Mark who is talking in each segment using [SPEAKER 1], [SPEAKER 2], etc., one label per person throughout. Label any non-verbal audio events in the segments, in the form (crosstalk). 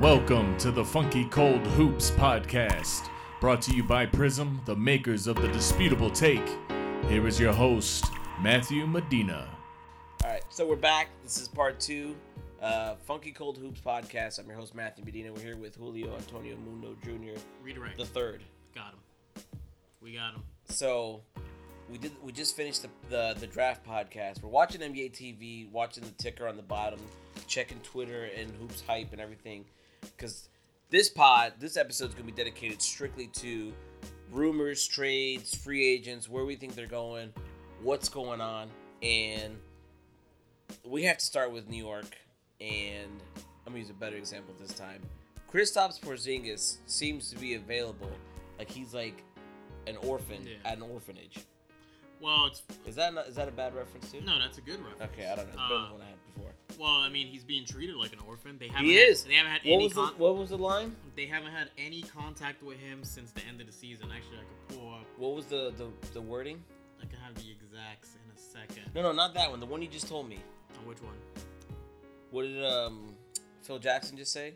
[SPEAKER 1] Welcome to the Funky Cold Hoops podcast, brought to you by Prism, the makers of the disputable take. Here is your host, Matthew Medina.
[SPEAKER 2] All right, so we're back. This is part two, uh, Funky Cold Hoops podcast. I'm your host Matthew Medina. We're here with Julio Antonio Mundo Jr.
[SPEAKER 3] Redirect.
[SPEAKER 2] the third.
[SPEAKER 3] got him. We got him.
[SPEAKER 2] So we did. We just finished the, the the draft podcast. We're watching NBA TV, watching the ticker on the bottom, checking Twitter and Hoops hype and everything, because this pod, this episode is gonna be dedicated strictly to rumors, trades, free agents, where we think they're going, what's going on, and we have to start with New York, and I'm gonna use a better example this time. Kristaps Porzingis seems to be available, like he's like an orphan
[SPEAKER 3] Yeah.
[SPEAKER 2] at an orphanage.
[SPEAKER 3] Well, it's
[SPEAKER 2] Is that not, is that a bad reference too?
[SPEAKER 3] no, that's a good reference.
[SPEAKER 2] Okay, I don't know. It's better than
[SPEAKER 3] Uh,
[SPEAKER 2] what I had before.
[SPEAKER 3] well, I mean, he's being treated like an orphan. They haven't.
[SPEAKER 2] He
[SPEAKER 3] had,
[SPEAKER 2] is.
[SPEAKER 3] They haven't had
[SPEAKER 2] What
[SPEAKER 3] any.
[SPEAKER 2] was the,
[SPEAKER 3] Con-
[SPEAKER 2] what was the line?
[SPEAKER 3] they haven't had any contact with him since the end of the season. Actually, I could pull up.
[SPEAKER 2] What was the, the the wording?
[SPEAKER 3] I could have the exacts in a second.
[SPEAKER 2] No, no, not that one. The one you just told me.
[SPEAKER 3] On which one?
[SPEAKER 2] What did um Phil Jackson just say?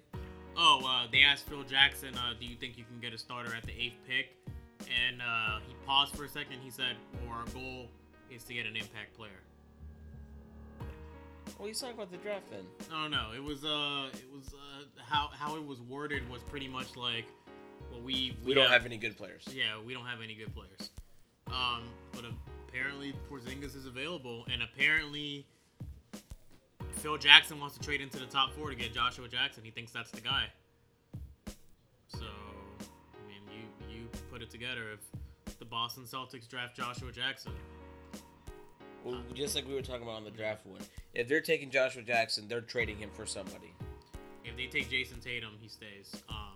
[SPEAKER 3] Oh, uh, they asked Phil Jackson, uh, "Do you think you can get a starter at the eighth pick?" And uh, he paused for a second. He said, "Well, our goal is to get an impact player."
[SPEAKER 2] Well, he's talking about the draft then.
[SPEAKER 3] I don't know. It was uh, it was uh, how how it was worded was pretty much like, well, we
[SPEAKER 2] We don't have any good players.
[SPEAKER 3] yeah, we don't have any good players. Um, but apparently Porzingis is available, and apparently Phil Jackson wants to trade into the top four to get Joshua Jackson. He thinks that's the guy. So, I mean, you you put it together if the Boston Celtics draft Joshua Jackson.
[SPEAKER 2] Well, just like we were talking about on the draft one. If they're taking Joshua Jackson, they're trading him for somebody.
[SPEAKER 3] If they take Jason Tatum, he stays. Um,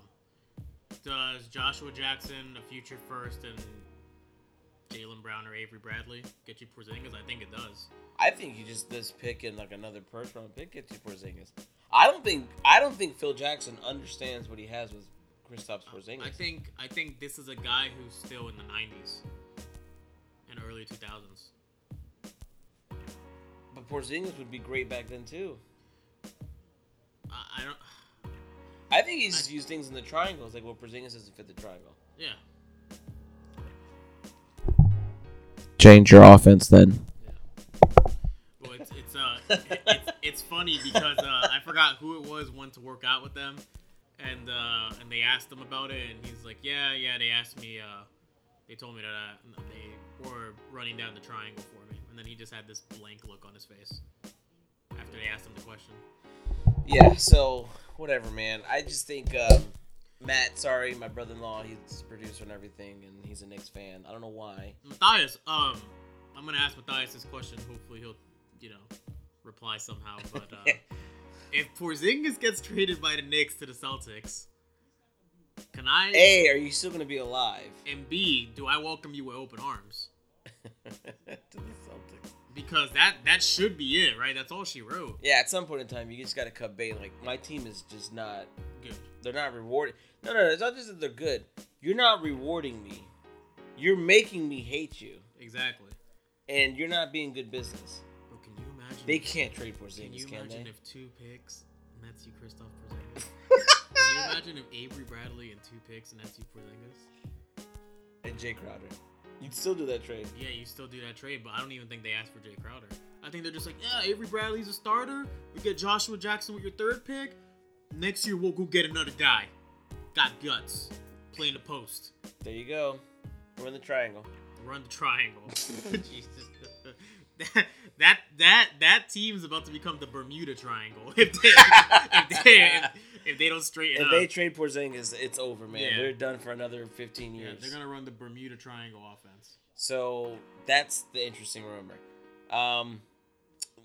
[SPEAKER 3] does Joshua Jackson, a future first, and Jalen Brown or Avery Bradley get you Porzingis? I think it does.
[SPEAKER 2] I think you just this pick and like another first round pick gets you Porzingis. I don't think I don't think Phil Jackson understands what he has with Kristaps Porzingis.
[SPEAKER 3] I think I think this is a guy who's still in the '90s and early 2000s.
[SPEAKER 2] but Porzingis would be great back then too.
[SPEAKER 3] I, I don't.
[SPEAKER 2] I think he's just
[SPEAKER 3] I-
[SPEAKER 2] used things in the triangles, like well, Porzingis doesn't fit the triangle.
[SPEAKER 3] Yeah,
[SPEAKER 2] Change your offense then.
[SPEAKER 3] yeah. Well, it's it's uh it- it's, it's funny because uh, I forgot who it was went to work out with them, and uh, and they asked him about it, and he's like, yeah, yeah. They asked me. Uh, they told me that I, they were running down the triangle for me, and then he just had this blank look on his face after they asked him the question.
[SPEAKER 2] Yeah, so whatever, man. I just think um, Matt, sorry, my brother-in-law, he's a producer and everything, and he's a Knicks fan. I don't know why.
[SPEAKER 3] Matthias, um, I'm gonna ask Matthias this question. Hopefully, he'll, you know, reply somehow. But uh, if Porzingis gets traded by the Knicks to the Celtics, can I?
[SPEAKER 2] A, are you still gonna be alive? (laughs)
[SPEAKER 3] And B, do I welcome you with open arms?
[SPEAKER 2] to the Celtics.
[SPEAKER 3] Because that that should be it, right? That's all she wrote.
[SPEAKER 2] Yeah, at some point in time, you just gotta cut bait. Like my team is just not.
[SPEAKER 3] Good.
[SPEAKER 2] They're not rewarded. No, no, no. It's not just that they're good. You're not rewarding me. You're making me hate you,
[SPEAKER 3] Exactly.
[SPEAKER 2] and you're not being good business.
[SPEAKER 3] But can you imagine?
[SPEAKER 2] They
[SPEAKER 3] if-
[SPEAKER 2] can't trade
[SPEAKER 3] Can
[SPEAKER 2] Porzingis,
[SPEAKER 3] you
[SPEAKER 2] can,
[SPEAKER 3] imagine
[SPEAKER 2] they?
[SPEAKER 3] if two picks nets you Christoph
[SPEAKER 2] (laughs)
[SPEAKER 3] Porzingis? can you imagine if Avery Bradley and two picks nets you Porzingis?
[SPEAKER 2] and Jay Crowder. You'd still do that trade.
[SPEAKER 3] Yeah, you still do that trade, but I don't even think they asked for Jay Crowder. I think they're just like, yeah, Avery Bradley's a starter. We get Joshua Jackson with your third pick. Next year we'll go get another guy. Got guts. Playing the post.
[SPEAKER 2] There you go. We're in the triangle.
[SPEAKER 3] Run the triangle. (laughs) Jesus. That, that that that team's about to become the Bermuda Triangle (laughs) if they if they, if, if they don't straighten
[SPEAKER 2] If
[SPEAKER 3] up.
[SPEAKER 2] they trade Porzingis, it's over, man.
[SPEAKER 3] Yeah.
[SPEAKER 2] They're done for another 15
[SPEAKER 3] yeah,
[SPEAKER 2] years.
[SPEAKER 3] they're gonna run the Bermuda Triangle offense.
[SPEAKER 2] So that's the interesting rumor. Um,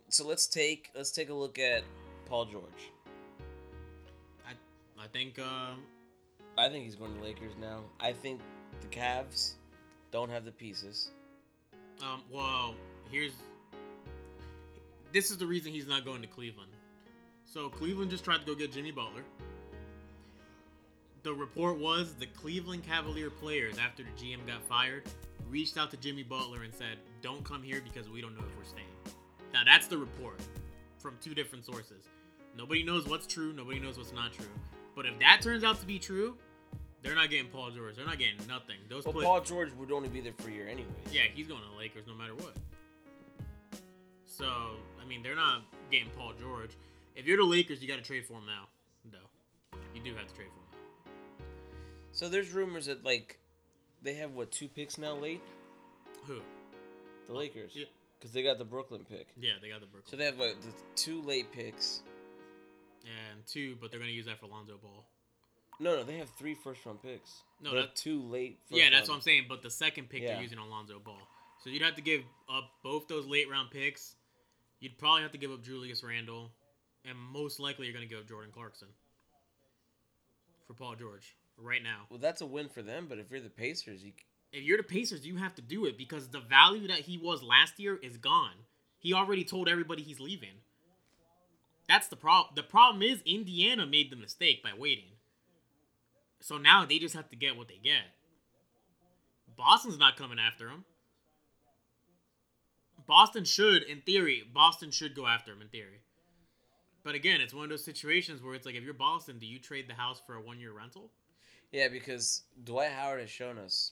[SPEAKER 2] so let's take let's take a look at Paul George.
[SPEAKER 3] I think um,
[SPEAKER 2] I think he's going to Lakers now. I think the Cavs don't have the pieces.
[SPEAKER 3] Um, well, here's this is the reason he's not going to Cleveland. So Cleveland just tried to go get Jimmy Butler. The report was the Cleveland Cavalier players, after the GM got fired, reached out to Jimmy Butler and said, "Don't come here because we don't know if we're staying." Now that's the report from two different sources. Nobody knows what's true. Nobody knows what's not true. But if that turns out to be true, they're not getting Paul George. They're not getting nothing. Those
[SPEAKER 2] Well,
[SPEAKER 3] put-
[SPEAKER 2] Paul George would only be there for a year anyway.
[SPEAKER 3] yeah, he's going to the Lakers no matter what. So I mean, they're not getting Paul George. If you're the Lakers, you got to trade for him now. Though you do have to trade for him.
[SPEAKER 2] So there's rumors that like they have what two picks now late
[SPEAKER 3] Who?
[SPEAKER 2] the Lakers
[SPEAKER 3] Yeah,
[SPEAKER 2] because they got the Brooklyn pick.
[SPEAKER 3] yeah, they got the Brooklyn.
[SPEAKER 2] So they have like the two late picks.
[SPEAKER 3] and two, but they're gonna use that for Lonzo Ball.
[SPEAKER 2] No, no, they have three first round picks.
[SPEAKER 3] No,
[SPEAKER 2] they have
[SPEAKER 3] that-
[SPEAKER 2] two late. First
[SPEAKER 3] yeah, that's what I'm
[SPEAKER 2] round.
[SPEAKER 3] saying. But the second pick
[SPEAKER 2] Yeah.
[SPEAKER 3] they're using on Lonzo Ball, so you'd have to give up both those late round picks. You'd probably have to give up Julius Randle, and most likely you're gonna give up Jordan Clarkson for Paul George right now.
[SPEAKER 2] Well, that's a win for them. But if you're the Pacers, you
[SPEAKER 3] If you're the Pacers, you have to do it because the value that he was last year is gone. He already told everybody he's leaving. That's the problem. The problem is Indiana made the mistake by waiting. So now they just have to get what they get. Boston's not coming after him. Boston should, in theory, Boston should go after him in theory. But again, it's one of those situations where it's like if you're Boston, do you trade the house for a one year rental?
[SPEAKER 2] yeah, because Dwight Howard has shown us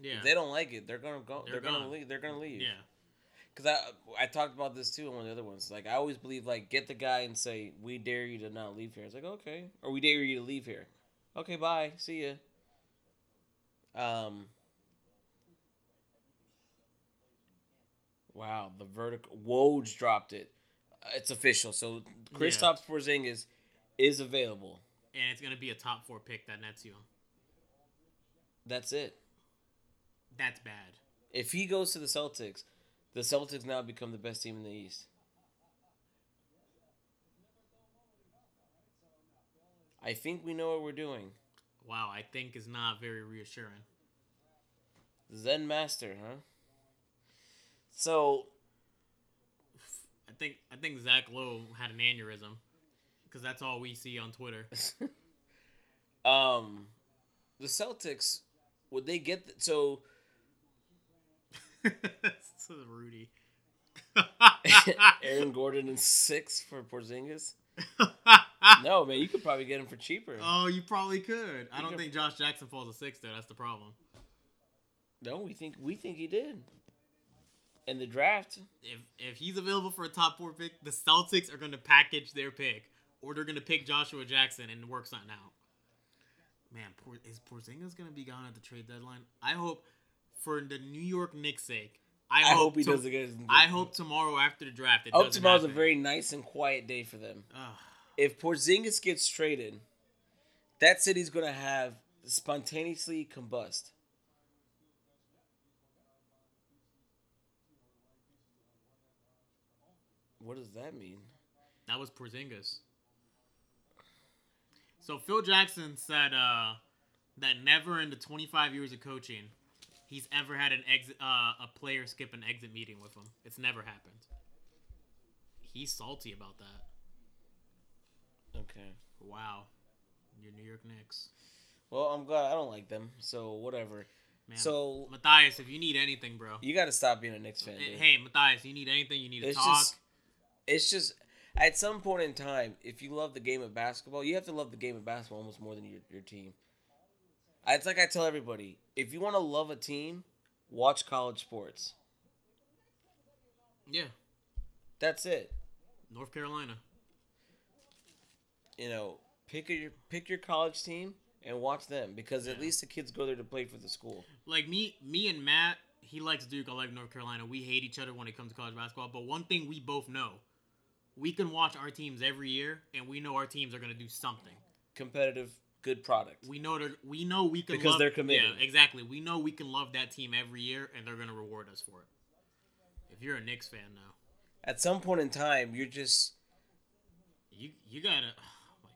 [SPEAKER 3] Yeah.
[SPEAKER 2] if they don't like it. They're gonna go. They're,
[SPEAKER 3] They're
[SPEAKER 2] gonna
[SPEAKER 3] gone.
[SPEAKER 2] leave. They're gonna leave.
[SPEAKER 3] yeah.
[SPEAKER 2] Because I I talked about this too in one of the other ones. Like I always believe like get the guy and say we dare you to not leave here. It's like okay, or we dare you to leave here. Okay, bye, see ya. Um. Wow, the verdict. Woj dropped it. Uh, It's official. So Kristaps Porzingis is available.
[SPEAKER 3] And it's gonna be a top four pick that nets you him.
[SPEAKER 2] That's it.
[SPEAKER 3] That's bad.
[SPEAKER 2] If he goes to the Celtics, the Celtics now become the best team in the East. I think we know what we're doing.
[SPEAKER 3] Wow, I think is not very reassuring.
[SPEAKER 2] Zen Master, huh? So,
[SPEAKER 3] I think I think Zach Lowe had an aneurysm because that's all we see on Twitter. (laughs)
[SPEAKER 2] um, the Celtics, would they get. th-
[SPEAKER 3] (laughs)
[SPEAKER 2] so,
[SPEAKER 3] this is Rudy. (laughs)
[SPEAKER 2] Aaron Gordon in six for
[SPEAKER 3] (laughs)
[SPEAKER 2] Porzingis? No, man, you could probably get him for cheaper.
[SPEAKER 3] oh, you probably could. I
[SPEAKER 2] could-
[SPEAKER 3] don't think Josh Jackson falls a six though. That's the problem.
[SPEAKER 2] No, we think we think he did. In the draft,
[SPEAKER 3] If if he's available for a top four pick, the Celtics are going to package their pick, or they're going to pick Joshua Jackson and work something out. Man, Por- is Porzingis going to be gone at the trade deadline? I hope for the New York Knicks' sake. I,
[SPEAKER 2] I, hope he
[SPEAKER 3] to-
[SPEAKER 2] doesn't get.
[SPEAKER 3] I hope tomorrow after the draft. It
[SPEAKER 2] I hope
[SPEAKER 3] doesn't
[SPEAKER 2] tomorrow's a
[SPEAKER 3] happen.
[SPEAKER 2] very nice and quiet day for them.
[SPEAKER 3] Ugh.
[SPEAKER 2] If Porzingis gets traded, that city's gonna have spontaneously combust. What does that mean?
[SPEAKER 3] That was Porzingis. So Phil Jackson said uh, that never in the 25 years of coaching, he's ever had an exit, uh, a player skip an exit meeting with him. It's never happened. He's salty about that.
[SPEAKER 2] Okay.
[SPEAKER 3] Wow, your New York Knicks.
[SPEAKER 2] Well, I'm glad I don't like them, so whatever.
[SPEAKER 3] Man,
[SPEAKER 2] So
[SPEAKER 3] Matthias, if you need anything, bro.
[SPEAKER 2] you got to stop being a Knicks fan.
[SPEAKER 3] Eh,
[SPEAKER 2] dude.
[SPEAKER 3] Hey, Matthias, you need anything? You need to
[SPEAKER 2] It's
[SPEAKER 3] talk.
[SPEAKER 2] just- It's just at some point in time, if you love the game of basketball, you have to love the game of basketball almost more than your, your team. I- It's like I tell everybody if you want to love a team, watch college sports.
[SPEAKER 3] Yeah,
[SPEAKER 2] That's it.
[SPEAKER 3] North Carolina.
[SPEAKER 2] You know, pick your pick your college team and watch them because at
[SPEAKER 3] Yeah.
[SPEAKER 2] least the kids go there to play for the school.
[SPEAKER 3] like me me and Matt, he likes Duke, I like North Carolina. We hate each other when it comes to college basketball, but one thing we both know. We can watch our teams every year and we know our teams are going to do something.
[SPEAKER 2] Competitive, good product.
[SPEAKER 3] We know they're, we know we can
[SPEAKER 2] Because
[SPEAKER 3] love-
[SPEAKER 2] they're committed.
[SPEAKER 3] Yeah, exactly. We know we can love that team every year and they're going to reward us for it. If you're a Knicks fan now,
[SPEAKER 2] At some point in time, you're just
[SPEAKER 3] you you got to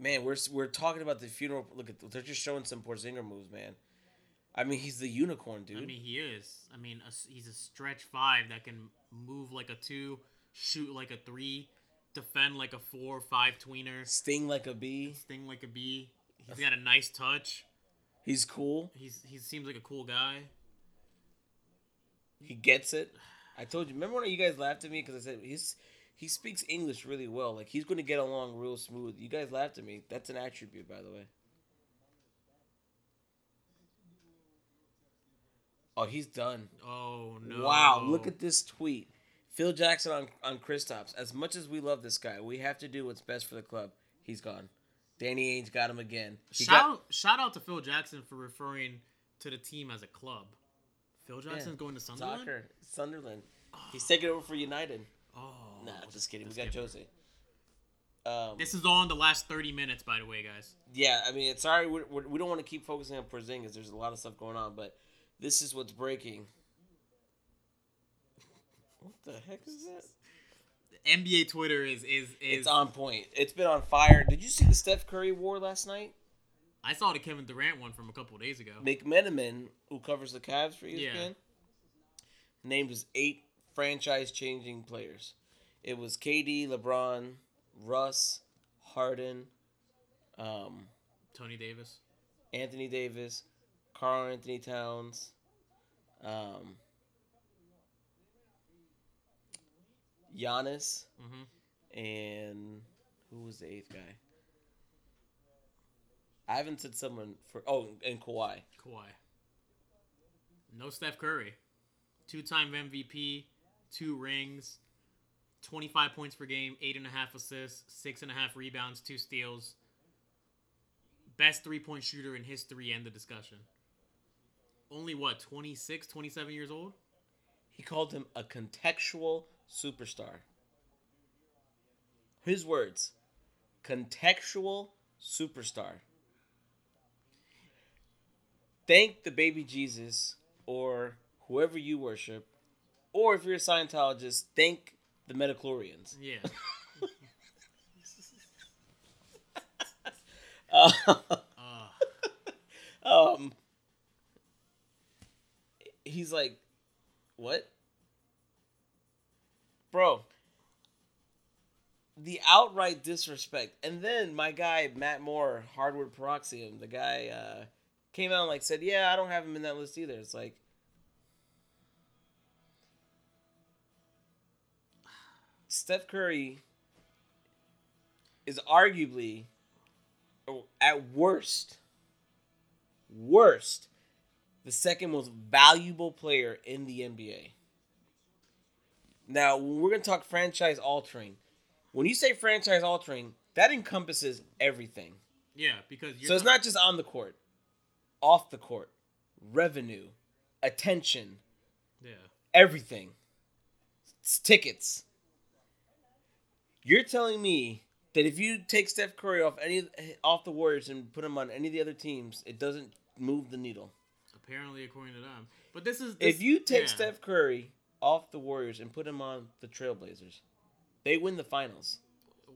[SPEAKER 2] man. We're we're talking about the funeral. Look at they're just showing some Porzinger moves, man. I mean, he's the unicorn, dude.
[SPEAKER 3] (sighs) I mean, he is. I mean, a s he's a stretch five that can move like a two, shoot like a three, defend like a four, five tweener.
[SPEAKER 2] Sting like a bee.
[SPEAKER 3] sting like a bee. He's got a nice touch.
[SPEAKER 2] He's cool.
[SPEAKER 3] He's he seems like a cool guy.
[SPEAKER 2] He gets it. I told you. Remember when you guys laughed at me because I said he's he speaks English really well. Like he's going to get along real smooth. You guys laughed at me. That's an attribute, by the way. Oh, he's done.
[SPEAKER 3] Oh no!
[SPEAKER 2] Wow, look at this tweet. Phil Jackson on on Kristaps. As much as we love this guy, we have to do what's best for the club. He's gone. Danny Ainge got him again. He
[SPEAKER 3] Shout
[SPEAKER 2] got-
[SPEAKER 3] shout out to Phil Jackson for referring to the team as a club. Phil Jackson's going to Sunderland.
[SPEAKER 2] Soccer, Sunderland. He's taking over for United.
[SPEAKER 3] Oh,
[SPEAKER 2] Nah, just kidding. We
[SPEAKER 3] Just
[SPEAKER 2] got
[SPEAKER 3] kidding.
[SPEAKER 2] Jose. Um,
[SPEAKER 3] This is all in the last thirty minutes, by the way, guys.
[SPEAKER 2] yeah, I mean, it's sorry we we we don't want to keep focusing on Porzingis. There's a lot of stuff going on, but this is what's breaking. (laughs) What the heck is that?
[SPEAKER 3] NBA Twitter is is is.
[SPEAKER 2] It's on point. It's been on fire. Did you see the Steph Curry war last night?
[SPEAKER 3] I saw the Kevin Durant one from a couple of days ago.
[SPEAKER 2] McMenamin, who covers the Cavs for E ESPN,
[SPEAKER 3] Yeah.
[SPEAKER 2] named his eight franchise-changing players. It was KD, LeBron, Russ, Harden, um,
[SPEAKER 3] Tony Davis.
[SPEAKER 2] Anthony Davis, Carl Anthony Towns, um, Giannis,
[SPEAKER 3] hmm
[SPEAKER 2] and who was the eighth guy? I haven't said someone for oh, and Kawhi.
[SPEAKER 3] Kawhi. No Steph Curry. Two time MVP, two rings, 25 points per game, eight and a half assists, six and a half rebounds, two steals. Best three point shooter in history, end the discussion. Only what, 26, 27 years old?
[SPEAKER 2] He called him a contextual superstar. His words, contextual superstar. Thank the baby Jesus or whoever you worship, or if you're a Scientologist, thank the Metachlorians. (laughs)
[SPEAKER 3] Yeah. Uh,
[SPEAKER 2] um, he's like, what? Bro, the outright disrespect. And then my guy, Matt Moore, Hardwood Paroxysm, the guy uh, came out and like said, yeah, I don't have him in that list either. It's like, Steph Curry is arguably, or at worst, worst, the second most valuable player in the NBA. Now, when we're going to talk franchise altering. When you say franchise altering, that encompasses everything.
[SPEAKER 3] yeah, because you're.
[SPEAKER 2] so it's not just on the court, off the court, revenue, attention,
[SPEAKER 3] Yeah.
[SPEAKER 2] everything. It's tickets. You're telling me that if you take Steph Curry off any off the Warriors and put him on any of the other teams, it doesn't move the needle.
[SPEAKER 3] Apparently, according to them. But this is. This,
[SPEAKER 2] If you take
[SPEAKER 3] yeah.
[SPEAKER 2] Steph Curry off the Warriors and put him on the Trailblazers, they win the finals.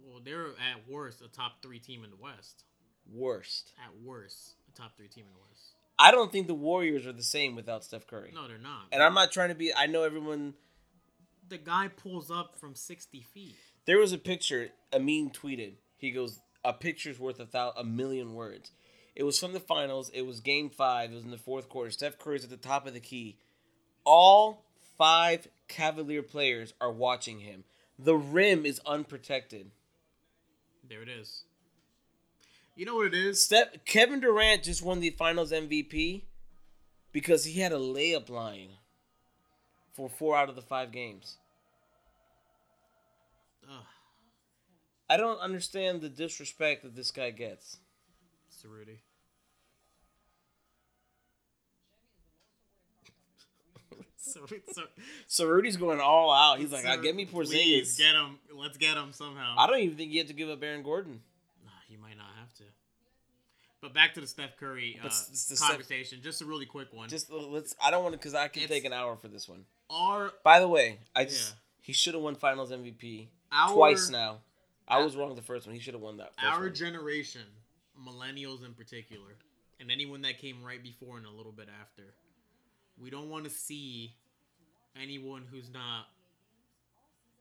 [SPEAKER 3] Well, they're at worst a top three team in the West.
[SPEAKER 2] Worst.
[SPEAKER 3] At worst, a top three team in the West.
[SPEAKER 2] I don't think the Warriors are the same without Steph Curry.
[SPEAKER 3] No, they're not.
[SPEAKER 2] And I'm not trying to be. I know everyone.
[SPEAKER 3] the guy pulls up from 60 feet.
[SPEAKER 2] There was a picture. Amin tweeted. He goes, "A picture's worth a thou, a million words." It was from the finals. It was Game Five. It was in the fourth quarter. Steph Curry's at the top of the key. All five Cavalier players are watching him. The rim is unprotected.
[SPEAKER 3] There it is. You know what it is?
[SPEAKER 2] Steph Kevin Durant just won the Finals MVP because he had a layup line for four out of the five games.
[SPEAKER 3] Ugh,
[SPEAKER 2] I don't understand the disrespect that this guy gets.
[SPEAKER 3] it's Rudy. (laughs) so, so,
[SPEAKER 2] So Rudy's going all out. He's like,
[SPEAKER 3] so-
[SPEAKER 2] "Ah, "Get me
[SPEAKER 3] please,
[SPEAKER 2] Porzingis."
[SPEAKER 3] Get him. Let's get him somehow.
[SPEAKER 2] I don't even think you have to give up Aaron Gordon.
[SPEAKER 3] Nah, you might not have to. But back to the Steph Curry uh,
[SPEAKER 2] But s- s- the Steph-
[SPEAKER 3] conversation. just a really quick one.
[SPEAKER 2] Just uh, let's. I don't want to because I can
[SPEAKER 3] It's-
[SPEAKER 2] take an hour for this one.
[SPEAKER 3] Are
[SPEAKER 2] By the way, I just
[SPEAKER 3] Yeah.
[SPEAKER 2] he should have won Finals MVP
[SPEAKER 3] our
[SPEAKER 2] twice now. I was wrong the first one. He should have won that. First
[SPEAKER 3] our
[SPEAKER 2] one.
[SPEAKER 3] generation, millennials in particular, and anyone that came right before and a little bit after, we don't want to see anyone who's not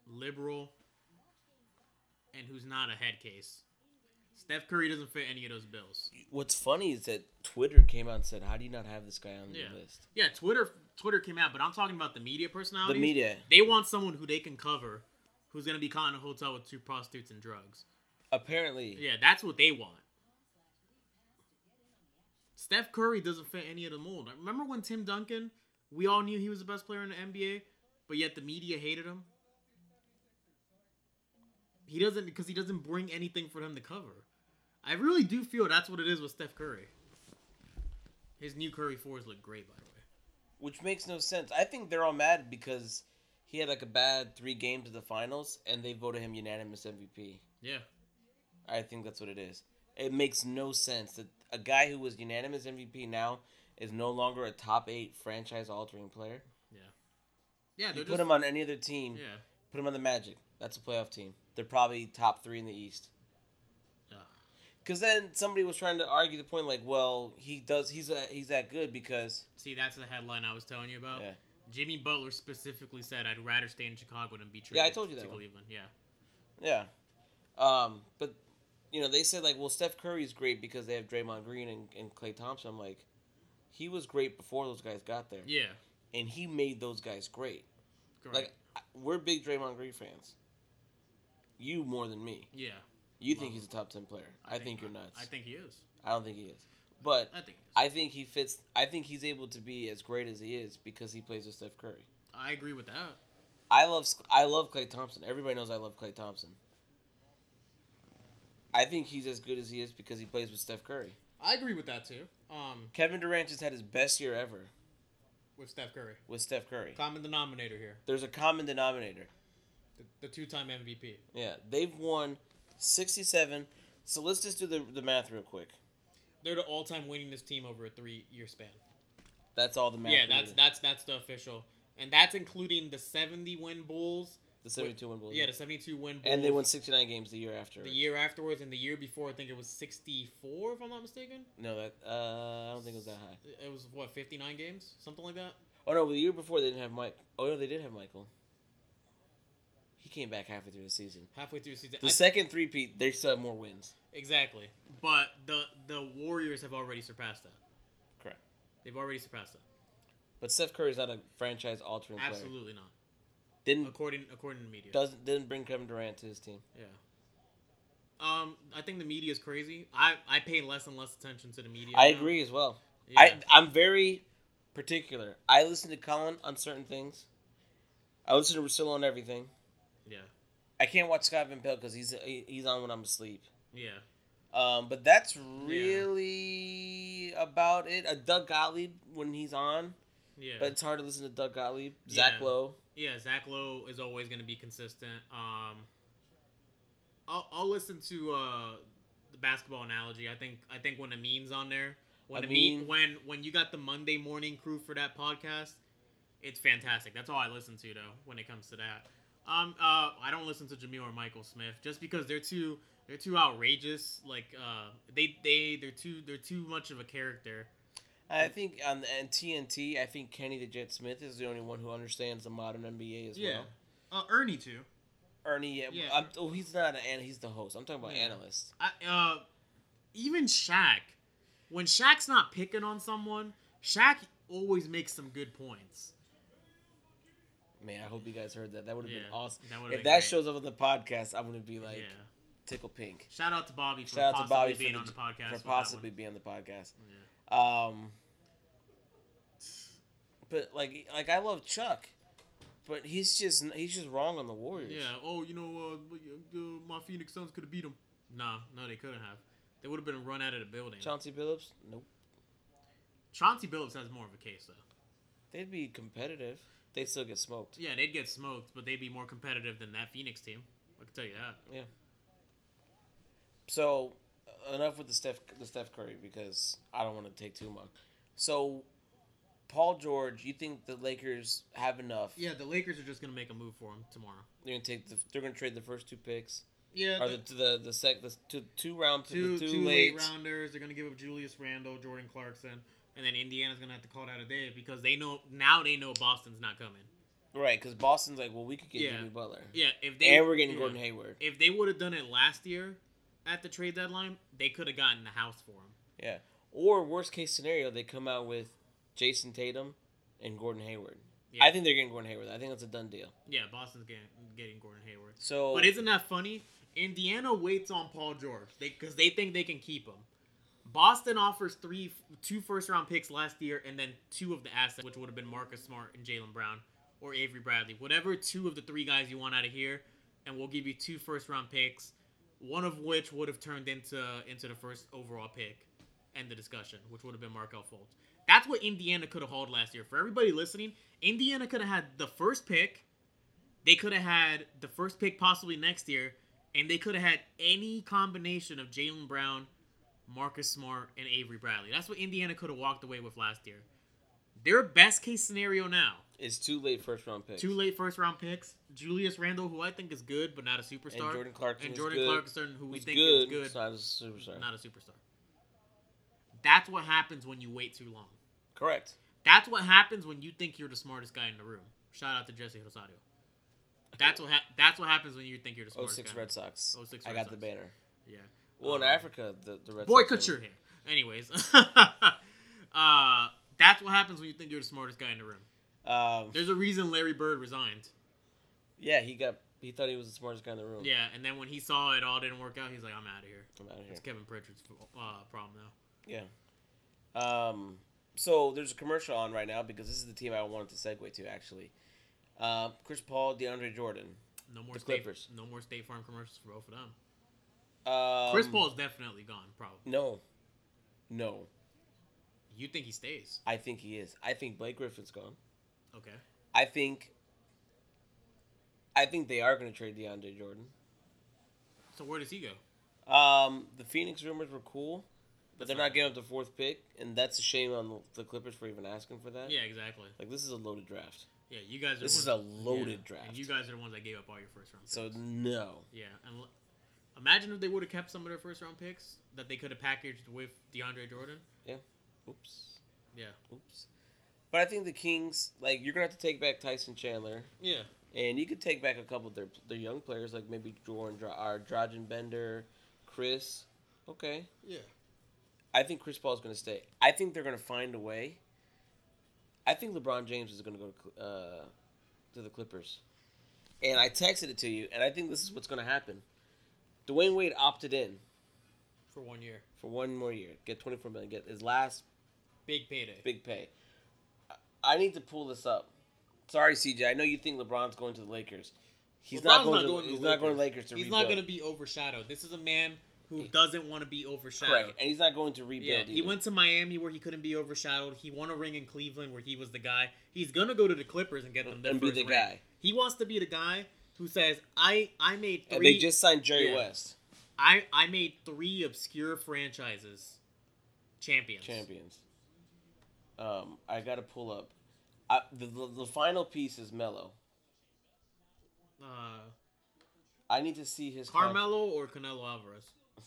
[SPEAKER 3] liberal and who's not a head case. Steph Curry doesn't fit any of those bills.
[SPEAKER 2] What's funny is that Twitter came out and said, "How do you not have this guy on
[SPEAKER 3] Yeah.
[SPEAKER 2] the list?"
[SPEAKER 3] Yeah, Twitter Twitter came out, but I'm talking about the media personalities.
[SPEAKER 2] The media.
[SPEAKER 3] They want someone who they can cover, who's gonna be caught in a hotel with two prostitutes and drugs.
[SPEAKER 2] Apparently,
[SPEAKER 3] Yeah, that's what they want. Steph Curry doesn't fit any of the mold. Remember when Tim Duncan? We all knew he was the best player in the NBA, but yet the media hated him. He doesn't because he doesn't bring anything for them to cover. I really do feel that's what it is with Steph Curry. His new Curry fours look great, by the way.
[SPEAKER 2] which makes no sense. I think they're all mad because he had like a bad three games of the finals, and they voted him unanimous MVP.
[SPEAKER 3] Yeah,
[SPEAKER 2] I think that's what it is. It makes no sense that a guy who was unanimous MVP now is no longer a top eight franchise altering player.
[SPEAKER 3] yeah, yeah.
[SPEAKER 2] You
[SPEAKER 3] They're
[SPEAKER 2] put
[SPEAKER 3] just,
[SPEAKER 2] him on any other team,
[SPEAKER 3] yeah.
[SPEAKER 2] put him on the Magic. That's a playoff team. They're probably top three in the East.
[SPEAKER 3] Ugh.
[SPEAKER 2] Because then somebody was trying to argue the point, like, well, he does, he's a, he's that good because
[SPEAKER 3] See, that's the headline I was telling you about.
[SPEAKER 2] Yeah.
[SPEAKER 3] Jimmy Butler specifically said, "I'd rather stay in Chicago than be traded."
[SPEAKER 2] Yeah, I told you that
[SPEAKER 3] To
[SPEAKER 2] one.
[SPEAKER 3] Cleveland, yeah.
[SPEAKER 2] Yeah. Um, but you know, they said like, well, Steph Curry's great because they have Draymond Green and, and Clay Thompson. I'm like, he was great before those guys got there.
[SPEAKER 3] Yeah,
[SPEAKER 2] And he made those guys great.
[SPEAKER 3] correct.
[SPEAKER 2] Like I- we're big Draymond Green fans. You more than me.
[SPEAKER 3] yeah,
[SPEAKER 2] You think he's a top ten player. I, think, you're
[SPEAKER 3] not.
[SPEAKER 2] nuts.
[SPEAKER 3] I think he is.
[SPEAKER 2] I don't think he is. But
[SPEAKER 3] I think he is.
[SPEAKER 2] I think he fits I think he's able to be as great as he is because he plays with Steph Curry.
[SPEAKER 3] I, agree with that.
[SPEAKER 2] I love I love Clay Thompson. Everybody knows I love Clay Thompson. I think he's as good as he is because he plays with Steph Curry.
[SPEAKER 3] I agree with that too. Um,
[SPEAKER 2] Kevin Durant just had his best year ever
[SPEAKER 3] with Steph Curry,
[SPEAKER 2] with Steph Curry.
[SPEAKER 3] common denominator here,
[SPEAKER 2] There's a common denominator.
[SPEAKER 3] the, the two-time MVP.
[SPEAKER 2] Yeah, they've won 67. So let's just do the, the math real quick.
[SPEAKER 3] They're the all-time winningest team over a three-year span.
[SPEAKER 2] That's all the math.
[SPEAKER 3] yeah,
[SPEAKER 2] we
[SPEAKER 3] that's
[SPEAKER 2] need.
[SPEAKER 3] that's that's the official, and that's including the seventy-win Bulls.
[SPEAKER 2] the 72 win Bulls.
[SPEAKER 3] Yeah, the seventy-two win. Bulls.
[SPEAKER 2] and they won 69 games the year after.
[SPEAKER 3] the year afterwards, and the year before, I think it was sixty-four, if I'm not mistaken.
[SPEAKER 2] No, that uh, I don't think it was that high.
[SPEAKER 3] It was what fifty-nine games, something like that.
[SPEAKER 2] Oh no, the year before they didn't have Mike. Oh no, they did have Michael. He came back halfway through the season.
[SPEAKER 3] halfway through the season.
[SPEAKER 2] The
[SPEAKER 3] I-
[SPEAKER 2] second three peat, they still have more wins.
[SPEAKER 3] exactly. But the the Warriors have already surpassed that.
[SPEAKER 2] Correct.
[SPEAKER 3] They've already surpassed that.
[SPEAKER 2] But Steph Curry's not a franchise altering player.
[SPEAKER 3] Absolutely not.
[SPEAKER 2] Didn't
[SPEAKER 3] According according to media.
[SPEAKER 2] doesn't didn't bring Kevin Durant to his team.
[SPEAKER 3] yeah. Um, I think the media is crazy. I I pay less and less attention to the media.
[SPEAKER 2] I
[SPEAKER 3] now.
[SPEAKER 2] agree as well.
[SPEAKER 3] Yeah.
[SPEAKER 2] I I'm very particular. I listen to Colin on certain things. I listen to Russillo on everything.
[SPEAKER 3] Yeah.
[SPEAKER 2] I can't watch Scott Van Pelt because he's he- he's on when I'm asleep.
[SPEAKER 3] Yeah.
[SPEAKER 2] Um, but that's really about it. Uh, Doug Gottlieb when he's on,
[SPEAKER 3] Yeah.
[SPEAKER 2] but it's hard to listen to Doug Gottlieb. Zach
[SPEAKER 3] Yeah.
[SPEAKER 2] Lowe.
[SPEAKER 3] yeah. Zach Lowe is always going to be consistent. Um. I'll, I'll listen to uh the basketball analogy. I think I think when the meme's on there, when
[SPEAKER 2] A
[SPEAKER 3] the meme,
[SPEAKER 2] meme.
[SPEAKER 3] when when you got the Monday morning crew for that podcast, it's fantastic. That's all I listen to though when it comes to that. Um, uh, I don't listen to Jamil or Michael Smith just because they're too they're too outrageous. Like uh, they they they're too they're too much of a character.
[SPEAKER 2] I think on the and TNT, I think Kenny the Jet Smith is the only one who understands the modern NBA as well.
[SPEAKER 3] Uh, Ernie too.
[SPEAKER 2] Ernie, yeah,
[SPEAKER 3] Yeah.
[SPEAKER 2] I'm, oh, he's not an an- he's the host. I'm talking about
[SPEAKER 3] Yeah.
[SPEAKER 2] analysts.
[SPEAKER 3] I, uh, even Shaq, when Shaq's not picking on someone, Shaq always makes some good points.
[SPEAKER 2] Man, I hope you guys heard that. That would have
[SPEAKER 3] Yeah,
[SPEAKER 2] been awesome.
[SPEAKER 3] that would've
[SPEAKER 2] if
[SPEAKER 3] been
[SPEAKER 2] that
[SPEAKER 3] great.
[SPEAKER 2] shows up on the podcast, I'm gonna be like
[SPEAKER 3] yeah.
[SPEAKER 2] tickle pink.
[SPEAKER 3] Shout out to Bobby for
[SPEAKER 2] Shout out
[SPEAKER 3] possibly
[SPEAKER 2] to Bobby
[SPEAKER 3] being
[SPEAKER 2] for,
[SPEAKER 3] on the podcast.
[SPEAKER 2] for
[SPEAKER 3] with that one.
[SPEAKER 2] possibly being on the podcast. Um, but like like I love Chuck, but he's just he's just wrong on the Warriors.
[SPEAKER 3] Yeah. Oh, you know, uh, uh, my Phoenix Suns could have beat them. No, no, they couldn't have. They would have been run out of the building.
[SPEAKER 2] Chauncey Billups, nope.
[SPEAKER 3] Chauncey Billups has more of a case though.
[SPEAKER 2] They'd be competitive. They still get smoked.
[SPEAKER 3] Yeah, they'd get smoked, but they'd be more competitive than that Phoenix team. I can tell you that.
[SPEAKER 2] Yeah. So enough with the Steph the Steph Curry because I don't want to take too long. So Paul George, you think the Lakers have enough?
[SPEAKER 3] Yeah, the Lakers are just gonna make a move for him tomorrow.
[SPEAKER 2] They're gonna take the, they're gonna trade the first two picks.
[SPEAKER 3] Yeah,
[SPEAKER 2] Or the the the sec the two two round
[SPEAKER 3] two,
[SPEAKER 2] the two,
[SPEAKER 3] two
[SPEAKER 2] late
[SPEAKER 3] late rounders. They're gonna give up Julius Randle, Jordan Clarkson, and then Indiana's gonna have to call it out a day because they know now they know Boston's not coming.
[SPEAKER 2] right because Boston's like well we could get
[SPEAKER 3] Yeah.
[SPEAKER 2] Jimmy Butler
[SPEAKER 3] Yeah, if they
[SPEAKER 2] and we're getting
[SPEAKER 3] yeah.
[SPEAKER 2] Gordon Hayward
[SPEAKER 3] If they would have done it last year at the trade deadline, they could have gotten the house for him.
[SPEAKER 2] yeah or worst case scenario they come out with Jason Tatum and Gordon Hayward
[SPEAKER 3] Yeah.
[SPEAKER 2] I think they're getting Gordon Hayward. I think that's a done deal.
[SPEAKER 3] Yeah, Boston's getting, getting Gordon Hayward.
[SPEAKER 2] So
[SPEAKER 3] But isn't that funny? Indiana waits on Paul George because they, think they can keep him. Boston offers three, two first round picks last year, and then two of the assets, which would have been Marcus Smart and Jalen Brown or Avery Bradley, whatever two of the three guys you want out of here, and we'll give you two first round picks, one of which would have turned into into the first overall pick. End the discussion, which would have been Markel Fultz. That's what Indiana could have hauled last year. For everybody listening, Indiana could have had the first pick, they could have had the first pick possibly next year, and they could have had any combination of Jalen Brown, Marcus Smart, and Avery Bradley. That's what Indiana could have walked away with last year. Their best case scenario now:
[SPEAKER 2] it's too late first round pick.
[SPEAKER 3] two late first round picks, Julius Randle, who I think is good but not a
[SPEAKER 2] And
[SPEAKER 3] superstar,
[SPEAKER 2] Jordan Clarkson.
[SPEAKER 3] and
[SPEAKER 2] is
[SPEAKER 3] Jordan
[SPEAKER 2] good.
[SPEAKER 3] Clarkson, who we
[SPEAKER 2] He's
[SPEAKER 3] think
[SPEAKER 2] good.
[SPEAKER 3] is
[SPEAKER 2] so
[SPEAKER 3] good,
[SPEAKER 2] I was a superstar.
[SPEAKER 3] not a superstar. That's what happens when you wait too long.
[SPEAKER 2] Correct.
[SPEAKER 3] That's what happens when you think you're the smartest guy in the room. Shout out to Jesse Rosario. That's what ha- that's what happens when you think you're the
[SPEAKER 2] Oh
[SPEAKER 3] smartest
[SPEAKER 2] six
[SPEAKER 3] guy.
[SPEAKER 2] Red Sox.
[SPEAKER 3] 06
[SPEAKER 2] I
[SPEAKER 3] Red
[SPEAKER 2] got the
[SPEAKER 3] Sox.
[SPEAKER 2] banner.
[SPEAKER 3] Yeah.
[SPEAKER 2] Well, in
[SPEAKER 3] Um,
[SPEAKER 2] Africa, the, the Red Sox.
[SPEAKER 3] boycott your hair. Anyways, (laughs) uh, that's what happens when you think you're the smartest guy in the room.
[SPEAKER 2] Um,
[SPEAKER 3] There's a reason Larry Bird resigned.
[SPEAKER 2] yeah, he got. He thought he was the smartest guy in the room.
[SPEAKER 3] Yeah, and then when he saw it all didn't work out, he's like, "I'm out of here."
[SPEAKER 2] I'm out of here.
[SPEAKER 3] It's Kevin Pritchard's uh, problem now.
[SPEAKER 2] Yeah. Um. So there's a commercial on right now because this is the team I wanted to segue to actually. Uh, Chris Paul, DeAndre Jordan.
[SPEAKER 3] No more
[SPEAKER 2] The
[SPEAKER 3] state,
[SPEAKER 2] Clippers.
[SPEAKER 3] no more State Farm commercials for both of them.
[SPEAKER 2] Um,
[SPEAKER 3] Chris Paul's definitely gone. Probably.
[SPEAKER 2] No. No.
[SPEAKER 3] You think he stays?
[SPEAKER 2] I think he is. I think Blake Griffin's gone.
[SPEAKER 3] Okay.
[SPEAKER 2] I think. I think they are going to trade DeAndre Jordan.
[SPEAKER 3] So where does he go?
[SPEAKER 2] Um, the Phoenix rumors were cool, but
[SPEAKER 3] That's
[SPEAKER 2] they're
[SPEAKER 3] not
[SPEAKER 2] not giving up the fourth pick, and that's a shame on the- the Clippers for even asking for that.
[SPEAKER 3] Yeah, exactly.
[SPEAKER 2] Like this is a loaded draft.
[SPEAKER 3] Yeah, you guys. Are
[SPEAKER 2] Uh, This
[SPEAKER 3] the
[SPEAKER 2] is a
[SPEAKER 3] ones-
[SPEAKER 2] loaded
[SPEAKER 3] yeah,
[SPEAKER 2] draft.
[SPEAKER 3] And you guys are the ones that gave up all your first round.
[SPEAKER 2] So
[SPEAKER 3] picks.
[SPEAKER 2] no.
[SPEAKER 3] Yeah, and l- imagine if they would have kept some of their first round picks that they could have packaged with DeAndre Jordan.
[SPEAKER 2] Oops.
[SPEAKER 3] Yeah.
[SPEAKER 2] Oops. But I think the Kings, like, you're gonna have to take back Tyson Chandler,
[SPEAKER 3] Yeah.
[SPEAKER 2] and you could take back a couple of their their young players, like maybe Jordan, Dra- or Dragon Bender, Chris. Okay.
[SPEAKER 3] Yeah.
[SPEAKER 2] I think Chris Paul's going to stay. I think they're going to find a way. I think LeBron James is going to go to, Cl- uh, to the Clippers. And I texted it to you, and I think this is what's going to happen. Dwayne Wade opted in
[SPEAKER 3] For one year.
[SPEAKER 2] for one more year, get 24 million, get his last
[SPEAKER 3] Big payday.
[SPEAKER 2] big pay. I- I need to pull this up. Sorry, CJ. I know you think LeBron's going to the Lakers. He's not
[SPEAKER 3] LeBron's
[SPEAKER 2] going. to,
[SPEAKER 3] the
[SPEAKER 2] he's not going to Lakers to
[SPEAKER 3] He's
[SPEAKER 2] rebuild.
[SPEAKER 3] not going to be overshadowed. This is a man who
[SPEAKER 2] Yeah.
[SPEAKER 3] doesn't want to be overshadowed.
[SPEAKER 2] Correct. And he's not going to rebuild.
[SPEAKER 3] Yeah, he
[SPEAKER 2] either.
[SPEAKER 3] went to Miami where he couldn't be overshadowed. He won a ring in Cleveland where he was the guy. He's gonna go to the Clippers and get them their
[SPEAKER 2] And be
[SPEAKER 3] first
[SPEAKER 2] the
[SPEAKER 3] ring.
[SPEAKER 2] guy.
[SPEAKER 3] He wants to be the guy who says, "I I made
[SPEAKER 2] And
[SPEAKER 3] three.
[SPEAKER 2] they just signed Jerry
[SPEAKER 3] Yeah.
[SPEAKER 2] West,
[SPEAKER 3] I I made three obscure franchises champions."
[SPEAKER 2] champions. Um, I got to pull up. I, the, the the final piece is Melo.
[SPEAKER 3] Uh,
[SPEAKER 2] I need to see his contract.
[SPEAKER 3] Carmelo or Canelo Alvarez? (laughs)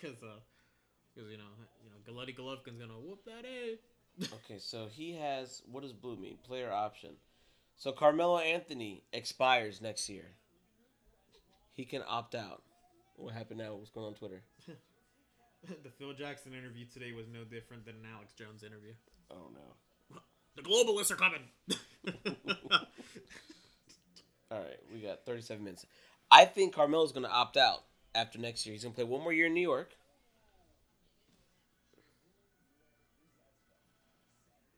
[SPEAKER 3] Because uh, because you know you know Gennady Golovkin's gonna whoop that a. (laughs)
[SPEAKER 2] Okay, so he has what does blue mean? Player option. So Carmelo Anthony expires next year. He can opt out. What happened now? What's going on Twitter?
[SPEAKER 3] the Phil Jackson interview today was no different than an Alex Jones interview.
[SPEAKER 2] Oh no!
[SPEAKER 3] The globalists are coming.
[SPEAKER 2] All right, we got 37 minutes. I think Carmelo's going to opt out after next year. He's going to play one more year in New York.
[SPEAKER 3] (laughs)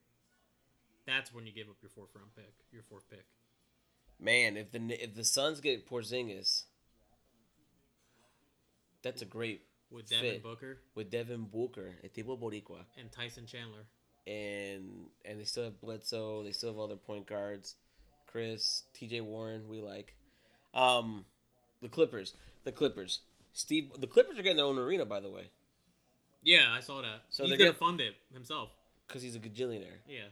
[SPEAKER 3] That's when you give up your fourth round pick, your fourth pick.
[SPEAKER 2] Man, if the if the Suns get Porzingis, that's a great
[SPEAKER 3] With Devin
[SPEAKER 2] Fit.
[SPEAKER 3] Booker
[SPEAKER 2] with Devin Booker, Etibo Boricua,
[SPEAKER 3] and Tyson Chandler.
[SPEAKER 2] and and they still have Bledsoe. They still have all their point guards, Chris, T.J. Warren. We like, um, the Clippers. The Clippers. Steve. The Clippers are getting their own arena, by the way,
[SPEAKER 3] Yeah, I saw that.
[SPEAKER 2] So
[SPEAKER 3] So he's
[SPEAKER 2] they're
[SPEAKER 3] gonna
[SPEAKER 2] gonna-
[SPEAKER 3] fund it himself.
[SPEAKER 2] because he's a gajillionaire,
[SPEAKER 3] Yeah.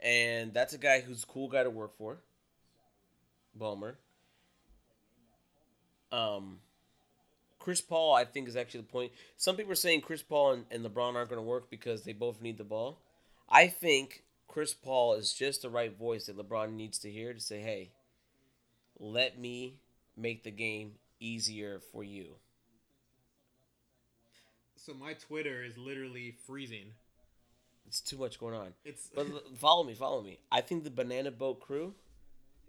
[SPEAKER 2] and that's a guy who's a cool guy to work for. Ballmer. Um. Chris Paul, I think, is actually the point. Some people are saying Chris Paul and, and LeBron aren't going to work because they both need the ball. I think Chris Paul is just the right voice that LeBron needs to hear to say, hey, let me make the game easier for you.
[SPEAKER 3] So my Twitter is literally freezing
[SPEAKER 2] It's too much going on.
[SPEAKER 3] It's
[SPEAKER 2] But l- follow me, follow me. I think the banana boat crew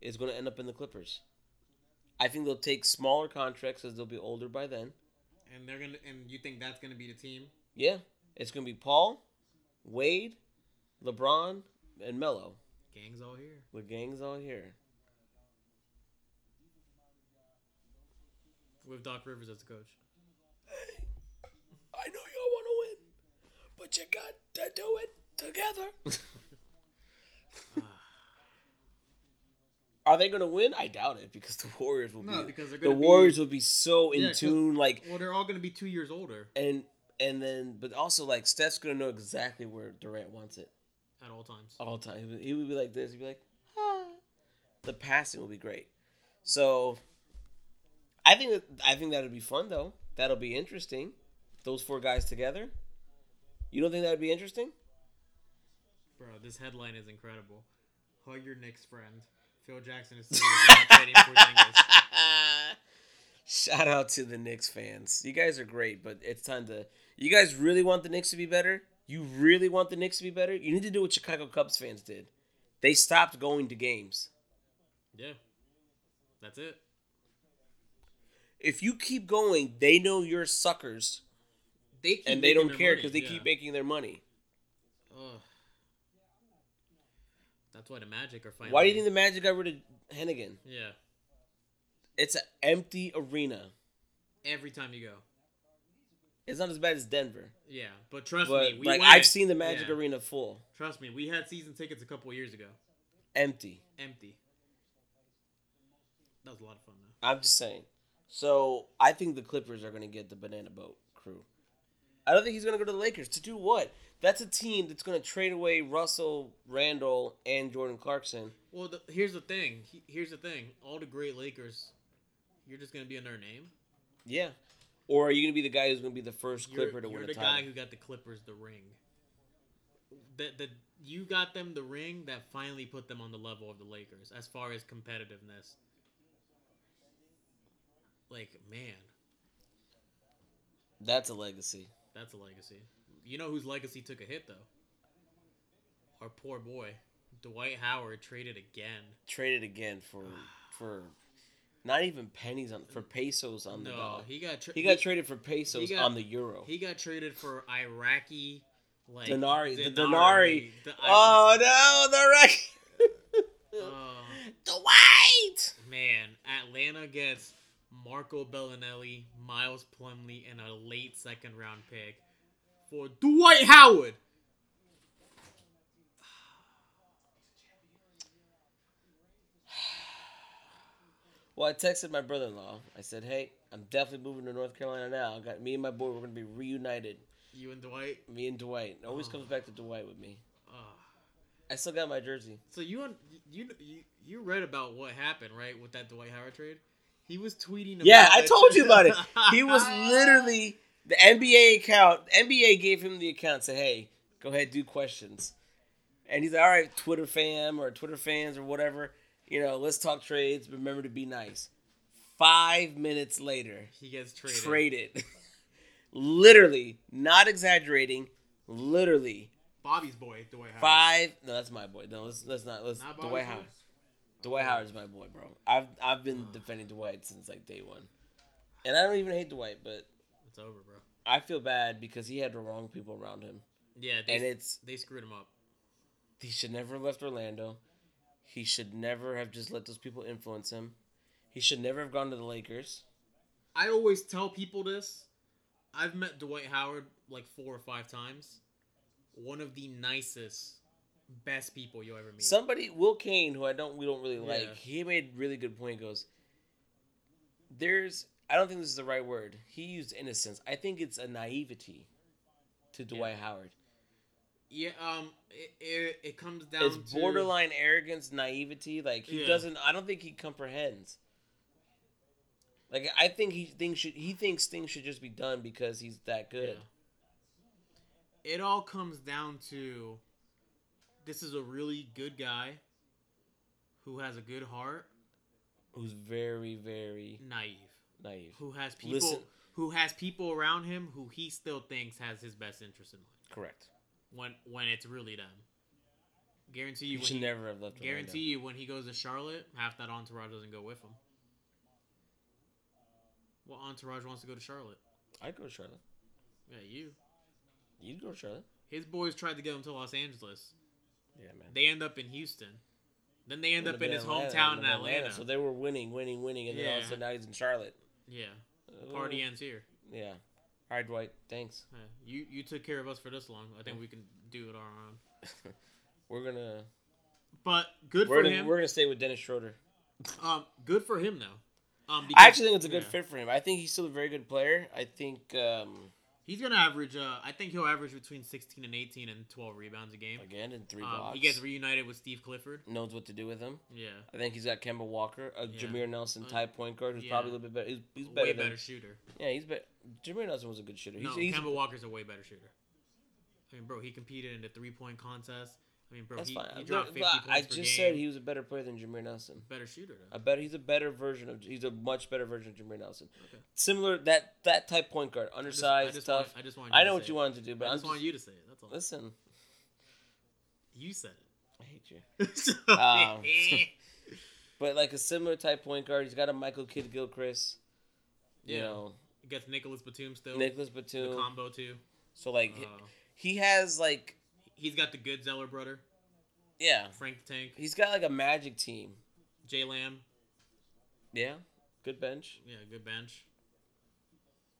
[SPEAKER 2] is going to end up in the Clippers. I think they'll take smaller contracts as they'll be older by then.
[SPEAKER 3] and they're gonna and you think that's gonna be the team?
[SPEAKER 2] Yeah, it's going to be Paul, Wade, LeBron, and Melo.
[SPEAKER 3] Gang's all here.
[SPEAKER 2] The gang's all here.
[SPEAKER 3] With Doc Rivers as the coach.
[SPEAKER 2] I know y'all want to win, but you got to do it together. (laughs) (sighs) Are they going to win? I doubt it because the Warriors will
[SPEAKER 3] No,
[SPEAKER 2] be
[SPEAKER 3] because they're
[SPEAKER 2] the
[SPEAKER 3] gonna be-
[SPEAKER 2] Warriors will be so in
[SPEAKER 3] Yeah, 'cause-
[SPEAKER 2] tune like
[SPEAKER 3] Well, they're all gonna be two years older
[SPEAKER 2] and and then but also like Steph's going to know exactly where Durant wants it
[SPEAKER 3] at all times.
[SPEAKER 2] all the time. He would- He would be like this. He'd be like, ah. the passing will be great. So I think that, I think that'll be fun though. That'll be interesting. Those four guys together. You don't think that'd be interesting?
[SPEAKER 3] Bro, this headline is incredible. Hug your next friend. Phil Jackson (laughs) is serious about trading Porzingis.
[SPEAKER 2] Shout out to the Knicks fans. You guys are great, but it's time to. You guys really want the Knicks to be better? You really want the Knicks to be better? You need to do what Chicago Cubs fans did. They stopped going to games.
[SPEAKER 3] Yeah, that's it.
[SPEAKER 2] If you keep going, they know you're suckers
[SPEAKER 3] They keep
[SPEAKER 2] and they
[SPEAKER 3] making
[SPEAKER 2] don't
[SPEAKER 3] their
[SPEAKER 2] care
[SPEAKER 3] money,
[SPEAKER 2] because they
[SPEAKER 3] yeah.
[SPEAKER 2] keep making their money.
[SPEAKER 3] Ugh. That's why the Magic are fighting.
[SPEAKER 2] Why do you think the Magic got rid of Hennigan?
[SPEAKER 3] Yeah,
[SPEAKER 2] It's an empty arena.
[SPEAKER 3] every time you go.
[SPEAKER 2] It's not as bad as Denver,
[SPEAKER 3] Yeah, but trust
[SPEAKER 2] but
[SPEAKER 3] me, we
[SPEAKER 2] like
[SPEAKER 3] went.
[SPEAKER 2] I've seen the Magic
[SPEAKER 3] Yeah.
[SPEAKER 2] arena full,
[SPEAKER 3] Trust me, we had season tickets a couple of years ago,
[SPEAKER 2] empty.
[SPEAKER 3] empty. That was a lot of fun though.
[SPEAKER 2] I'm just saying. So I think the Clippers are going to get the banana boat crew. I don't think he's going to go to the Lakers to do what? That's a team that's going to trade away Russell, Randall, and Jordan Clarkson.
[SPEAKER 3] Well, the, here's the thing. He- here's the thing. All the great Lakers, you're just gonna be in their name.
[SPEAKER 2] Yeah. Or are you going to be the guy who's going to be the first
[SPEAKER 3] You're,
[SPEAKER 2] Clipper to
[SPEAKER 3] you're
[SPEAKER 2] win a
[SPEAKER 3] the
[SPEAKER 2] title?
[SPEAKER 3] guy who got the Clippers the ring. That that you got them the ring that finally put them on the level of the Lakers as far as competitiveness. Like man,
[SPEAKER 2] That's a legacy.
[SPEAKER 3] that's a legacy. You know whose legacy took a hit though? Our poor boy, Dwight Howard traded again.
[SPEAKER 2] traded again for for not even pennies on for pesos on the
[SPEAKER 3] No,
[SPEAKER 2] dollar. He,
[SPEAKER 3] he got tra-
[SPEAKER 2] got traded for pesos
[SPEAKER 3] got-
[SPEAKER 2] on the euro.
[SPEAKER 3] He got traded for Iraqi like
[SPEAKER 2] Denari, the
[SPEAKER 3] denari,
[SPEAKER 2] denari.
[SPEAKER 3] the-
[SPEAKER 2] oh no, the wreck.
[SPEAKER 3] Oh.
[SPEAKER 2] the white.
[SPEAKER 3] Man, Atlanta gets Marco Bellinelli, Miles Plumley, and a late second round pick for Dwight Howard.
[SPEAKER 2] Well, I texted my brother-in-law. I said, "Hey, I'm definitely moving to North Carolina now. I got me and my boy. We're gonna be reunited.
[SPEAKER 3] You and Dwight.
[SPEAKER 2] Me and Dwight. It
[SPEAKER 3] Oh.
[SPEAKER 2] always comes back to Dwight with me.
[SPEAKER 3] ah.
[SPEAKER 2] I still got my jersey.
[SPEAKER 3] So you, un- you you you read about what happened right with that Dwight Howard trade? He was tweeting. About
[SPEAKER 2] Yeah, I
[SPEAKER 3] that
[SPEAKER 2] told you
[SPEAKER 3] shit. (laughs)
[SPEAKER 2] about it. He was literally the NBA account. NBA gave him the account. Said, "Hey, go ahead, do questions." And he's like, "All right, Twitter fam or Twitter fans or whatever, you know, let's talk trades. Remember to be nice." Five minutes later,
[SPEAKER 3] He gets traded.
[SPEAKER 2] traded. (laughs) literally, not exaggerating. Literally,
[SPEAKER 3] Bobby's boy, Dwight Howard.
[SPEAKER 2] five. No, that's my boy. No, let's let's not. Let's
[SPEAKER 3] Not Bobby's
[SPEAKER 2] Dwight
[SPEAKER 3] boy?
[SPEAKER 2] Howard. Dwight Howard's my boy, bro. I've I've been defending Dwight since like day one, and I don't even hate Dwight, but
[SPEAKER 3] It's over, bro.
[SPEAKER 2] I feel bad because he had the wrong people around him,
[SPEAKER 3] Yeah, they,
[SPEAKER 2] and it's
[SPEAKER 3] they screwed him up.
[SPEAKER 2] he should never have left Orlando. He should never have just let those people influence him. He should never have gone to the Lakers.
[SPEAKER 3] I always tell people this. I've met Dwight Howard like four or five times. One of the nicest, best people you'll ever meet.
[SPEAKER 2] Somebody, Will Kane, who I don't, we don't really
[SPEAKER 3] Yeah.
[SPEAKER 2] like, he made a really good point. He Goes, there's, I don't think this is the right word. He used innocence. I think it's a naivety to Dwight Howard.
[SPEAKER 3] yeah, um, it, it, it comes down
[SPEAKER 2] It's
[SPEAKER 3] to
[SPEAKER 2] borderline arrogance, naivety. Like he
[SPEAKER 3] Yeah.
[SPEAKER 2] doesn't. I don't think he comprehends. Like I think he things should. He thinks things should just be done because he's that good.
[SPEAKER 3] It all comes down to this is a really good guy who has a good heart,
[SPEAKER 2] Who's very very
[SPEAKER 3] naive,
[SPEAKER 2] naive.
[SPEAKER 3] who has people
[SPEAKER 2] Listen.
[SPEAKER 3] who has people around him who he still thinks has his best interest in mind.
[SPEAKER 2] Correct.
[SPEAKER 3] when when it's really them. Guarantee you,
[SPEAKER 2] You
[SPEAKER 3] when
[SPEAKER 2] should
[SPEAKER 3] he,
[SPEAKER 2] never have left. Orlando.
[SPEAKER 3] guarantee you when he goes to Charlotte, half that entourage doesn't go with him. What entourage wants to go to Charlotte?
[SPEAKER 2] I'd go to Charlotte.
[SPEAKER 3] Yeah, you.
[SPEAKER 2] You'd go to Charlotte.
[SPEAKER 3] His boys tried to get him to Los Angeles.
[SPEAKER 2] Yeah, man.
[SPEAKER 3] They end up in Houston. Then they end
[SPEAKER 2] Would've
[SPEAKER 3] up in
[SPEAKER 2] been
[SPEAKER 3] his
[SPEAKER 2] Atlanta,
[SPEAKER 3] hometown in
[SPEAKER 2] would've been
[SPEAKER 3] Atlanta.
[SPEAKER 2] So they were winning, winning, winning, and then all of a
[SPEAKER 3] Yeah.
[SPEAKER 2] sudden now he's in Charlotte.
[SPEAKER 3] yeah, party
[SPEAKER 2] Oh,
[SPEAKER 3] ends here.
[SPEAKER 2] Yeah. All right, Dwight. Thanks.
[SPEAKER 3] Yeah. You you took care of us for this long. I think we can do it on our own.
[SPEAKER 2] We're gonna
[SPEAKER 3] But good
[SPEAKER 2] we're
[SPEAKER 3] for
[SPEAKER 2] gonna,
[SPEAKER 3] him.
[SPEAKER 2] we're gonna stay with Dennis Schroeder.
[SPEAKER 3] Um, good for him though. Um,
[SPEAKER 2] I actually think it's a good
[SPEAKER 3] yeah.
[SPEAKER 2] fit for him. I think he's still a very good player. I think um,
[SPEAKER 3] He's gonna average. Uh, I think he'll average between 16 and 18 and 12 rebounds a game.
[SPEAKER 2] again in three
[SPEAKER 3] Um,
[SPEAKER 2] blocks,
[SPEAKER 3] he gets reunited with Steve Clifford.
[SPEAKER 2] knows what to do with him.
[SPEAKER 3] Yeah,
[SPEAKER 2] I think he's got Kemba Walker, a
[SPEAKER 3] Yeah.
[SPEAKER 2] Jameer Nelson
[SPEAKER 3] Uh,
[SPEAKER 2] type point guard who's
[SPEAKER 3] yeah.
[SPEAKER 2] probably a little bit better. He's, he's better
[SPEAKER 3] way
[SPEAKER 2] than
[SPEAKER 3] better shooter.
[SPEAKER 2] yeah. He's better. Jameer Nelson was a good shooter. He's,
[SPEAKER 3] no,
[SPEAKER 2] he's,
[SPEAKER 3] Kemba Walker's a way better shooter. I mean, bro, he competed in the three point contest. I mean, bro,
[SPEAKER 2] that's
[SPEAKER 3] he,
[SPEAKER 2] fine.
[SPEAKER 3] he
[SPEAKER 2] I'm
[SPEAKER 3] dropped
[SPEAKER 2] not-
[SPEAKER 3] 50
[SPEAKER 2] but
[SPEAKER 3] points
[SPEAKER 2] I
[SPEAKER 3] per
[SPEAKER 2] just
[SPEAKER 3] game.
[SPEAKER 2] said he was a better player than Jameer Nelson.
[SPEAKER 3] better shooter.
[SPEAKER 2] I
[SPEAKER 3] Though.
[SPEAKER 2] bet he's a better version of he's a much better version of Jameer Nelson.
[SPEAKER 3] Okay.
[SPEAKER 2] Similar that that type point guard,
[SPEAKER 3] I just-
[SPEAKER 2] undersized,
[SPEAKER 3] I just
[SPEAKER 2] tough.
[SPEAKER 3] Want, I just want.
[SPEAKER 2] I
[SPEAKER 3] to
[SPEAKER 2] know what
[SPEAKER 3] say
[SPEAKER 2] you
[SPEAKER 3] it.
[SPEAKER 2] wanted to do, but
[SPEAKER 3] I
[SPEAKER 2] I'm
[SPEAKER 3] just
[SPEAKER 2] just,
[SPEAKER 3] want you to say it. That's all.
[SPEAKER 2] listen.
[SPEAKER 3] You said it. (laughs)
[SPEAKER 2] I hate you.
[SPEAKER 3] So,
[SPEAKER 2] Um, But like a similar type point guard, he's got a Michael Kidd Gilchrist. You
[SPEAKER 3] Yeah.
[SPEAKER 2] know,
[SPEAKER 3] he gets Nicholas Batum still.
[SPEAKER 2] Nicholas
[SPEAKER 3] the
[SPEAKER 2] Batum.
[SPEAKER 3] combo too.
[SPEAKER 2] so like
[SPEAKER 3] Uh,
[SPEAKER 2] he has like
[SPEAKER 3] he's got the good Zeller brother,
[SPEAKER 2] yeah,
[SPEAKER 3] Frank the Tank,
[SPEAKER 2] he's got like a magic team.
[SPEAKER 3] Jay Lamb.
[SPEAKER 2] Yeah, good bench.
[SPEAKER 3] Yeah, good bench.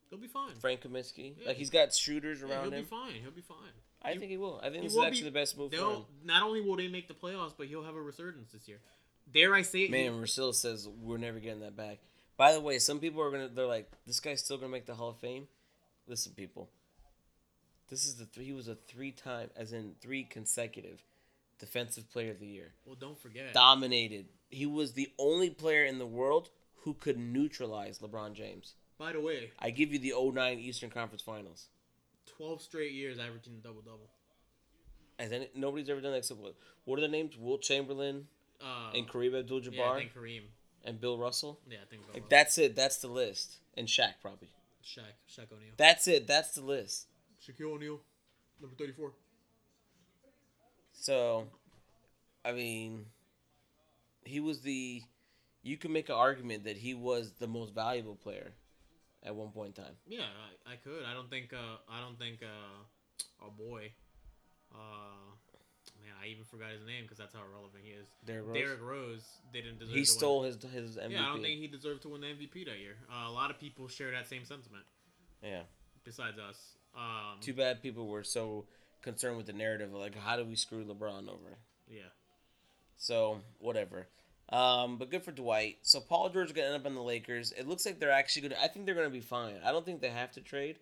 [SPEAKER 3] He'll be fine.
[SPEAKER 2] Frank Kaminsky.
[SPEAKER 3] Yeah.
[SPEAKER 2] Like he's got shooters
[SPEAKER 3] Yeah,
[SPEAKER 2] around
[SPEAKER 3] he'll
[SPEAKER 2] him.
[SPEAKER 3] be fine. He'll be fine.
[SPEAKER 2] I
[SPEAKER 3] He-
[SPEAKER 2] think he will. I think
[SPEAKER 3] he
[SPEAKER 2] this is
[SPEAKER 3] will be-
[SPEAKER 2] actually the best move for him.
[SPEAKER 3] They'll not only will they make the playoffs, but he'll have a resurgence this year. Dare I say it?
[SPEAKER 2] Man, Russell says we're never getting that back. By the way, some people are gonna they're like, this guy's still gonna make the Hall of Fame. Listen, people. This is the three he was a three time as in three consecutive defensive player of the year.
[SPEAKER 3] well, don't forget.
[SPEAKER 2] Dominated. He was the only player in the world who could neutralize LeBron James.
[SPEAKER 3] By the way,
[SPEAKER 2] I give you the 09 Eastern Conference Finals.
[SPEAKER 3] twelve straight years averaging a double double.
[SPEAKER 2] As any, nobody's ever done that except what, what are their names? Will Chamberlain
[SPEAKER 3] Uh,
[SPEAKER 2] and Kareem Abdul-Jabbar
[SPEAKER 3] yeah, I think Kareem.
[SPEAKER 2] and Bill Russell.
[SPEAKER 3] Yeah, I think
[SPEAKER 2] Like that's it. That's the list. And Shaq probably.
[SPEAKER 3] Shaq, Shaq O'Neal,
[SPEAKER 2] That's it. That's the list.
[SPEAKER 3] Shaquille O'Neal, number thirty-four.
[SPEAKER 2] So, I mean, he was the. You can make an argument that he was the most valuable player at one point in time.
[SPEAKER 3] Yeah, I, I could. I don't think. Uh, I don't think. Uh, oh boy. Uh, man, I even forgot his name because that's how relevant he is.
[SPEAKER 2] Derrick Rose.
[SPEAKER 3] Derrick Rose didn't deserve.
[SPEAKER 2] He
[SPEAKER 3] to
[SPEAKER 2] stole
[SPEAKER 3] Win.
[SPEAKER 2] his his MVP.
[SPEAKER 3] Yeah, I don't think he deserved to win the MVP that year. Uh, a lot of people share that same sentiment.
[SPEAKER 2] Yeah.
[SPEAKER 3] Besides us. Um,
[SPEAKER 2] Too bad people were so concerned with the narrative of like how do we screw LeBron over.
[SPEAKER 3] yeah.
[SPEAKER 2] So whatever. Um, but good for Dwight. So Paul George is gonna end up on the Lakers. It looks like they're actually gonna. I think they're gonna be fine. I don't think they have to trade,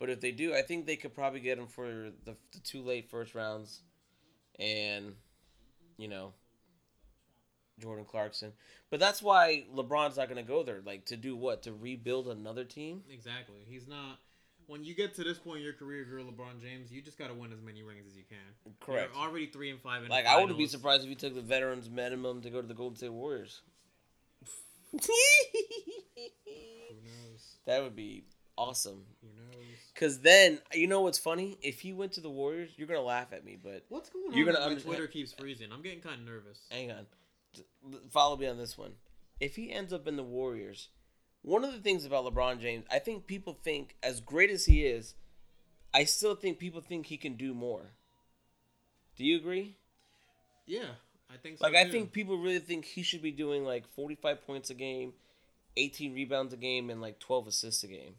[SPEAKER 2] but if they do, I think they could probably get him for the, the two late first rounds, and you know, Jordan Clarkson. But that's why LeBron's not gonna go there. Like to do what? To rebuild another team?
[SPEAKER 3] Exactly. He's not. When you get to this point in your career, if you're LeBron James, you just got to win as many rings as you can. You're already three and five. In the
[SPEAKER 2] Like I wouldn't be
[SPEAKER 3] finals.
[SPEAKER 2] surprised if you took the veterans minimum to go to the Golden State Warriors.
[SPEAKER 3] Who knows?
[SPEAKER 2] that would be awesome.
[SPEAKER 3] Who knows?
[SPEAKER 2] Cause then you know what's funny? If he went to the Warriors, you're gonna laugh at me. But
[SPEAKER 3] What's going on?
[SPEAKER 2] You're
[SPEAKER 3] that
[SPEAKER 2] gonna
[SPEAKER 3] my
[SPEAKER 2] understand-
[SPEAKER 3] Twitter keeps freezing. I'm getting kind of nervous.
[SPEAKER 2] hang on, D- l- follow me on this one. If he ends up in the Warriors, one of the things about LeBron James, I think people think as great as he is, I still think people think he can do more. Do you agree?
[SPEAKER 3] Yeah, I think so.
[SPEAKER 2] Like I
[SPEAKER 3] too.
[SPEAKER 2] think people really think he should be doing like 45 points a game, 18 rebounds a game, and like 12 assists a game.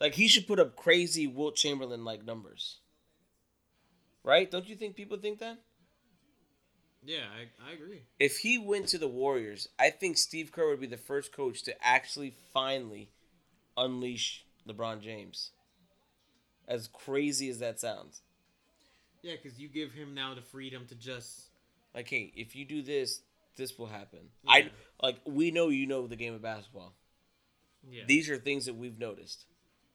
[SPEAKER 2] Like he should put up crazy Wilt Chamberlain like numbers. Right? Don't you think people think that?
[SPEAKER 3] Yeah, I, I agree.
[SPEAKER 2] If he went to the Warriors, I think Steve Kerr would be the first coach to actually finally unleash LeBron James. As crazy as that sounds.
[SPEAKER 3] Yeah, because you give him now the freedom to just.
[SPEAKER 2] Like, hey, if you do this, this will happen.
[SPEAKER 3] Yeah.
[SPEAKER 2] I like we know you know the game of basketball.
[SPEAKER 3] Yeah.
[SPEAKER 2] These are things that we've noticed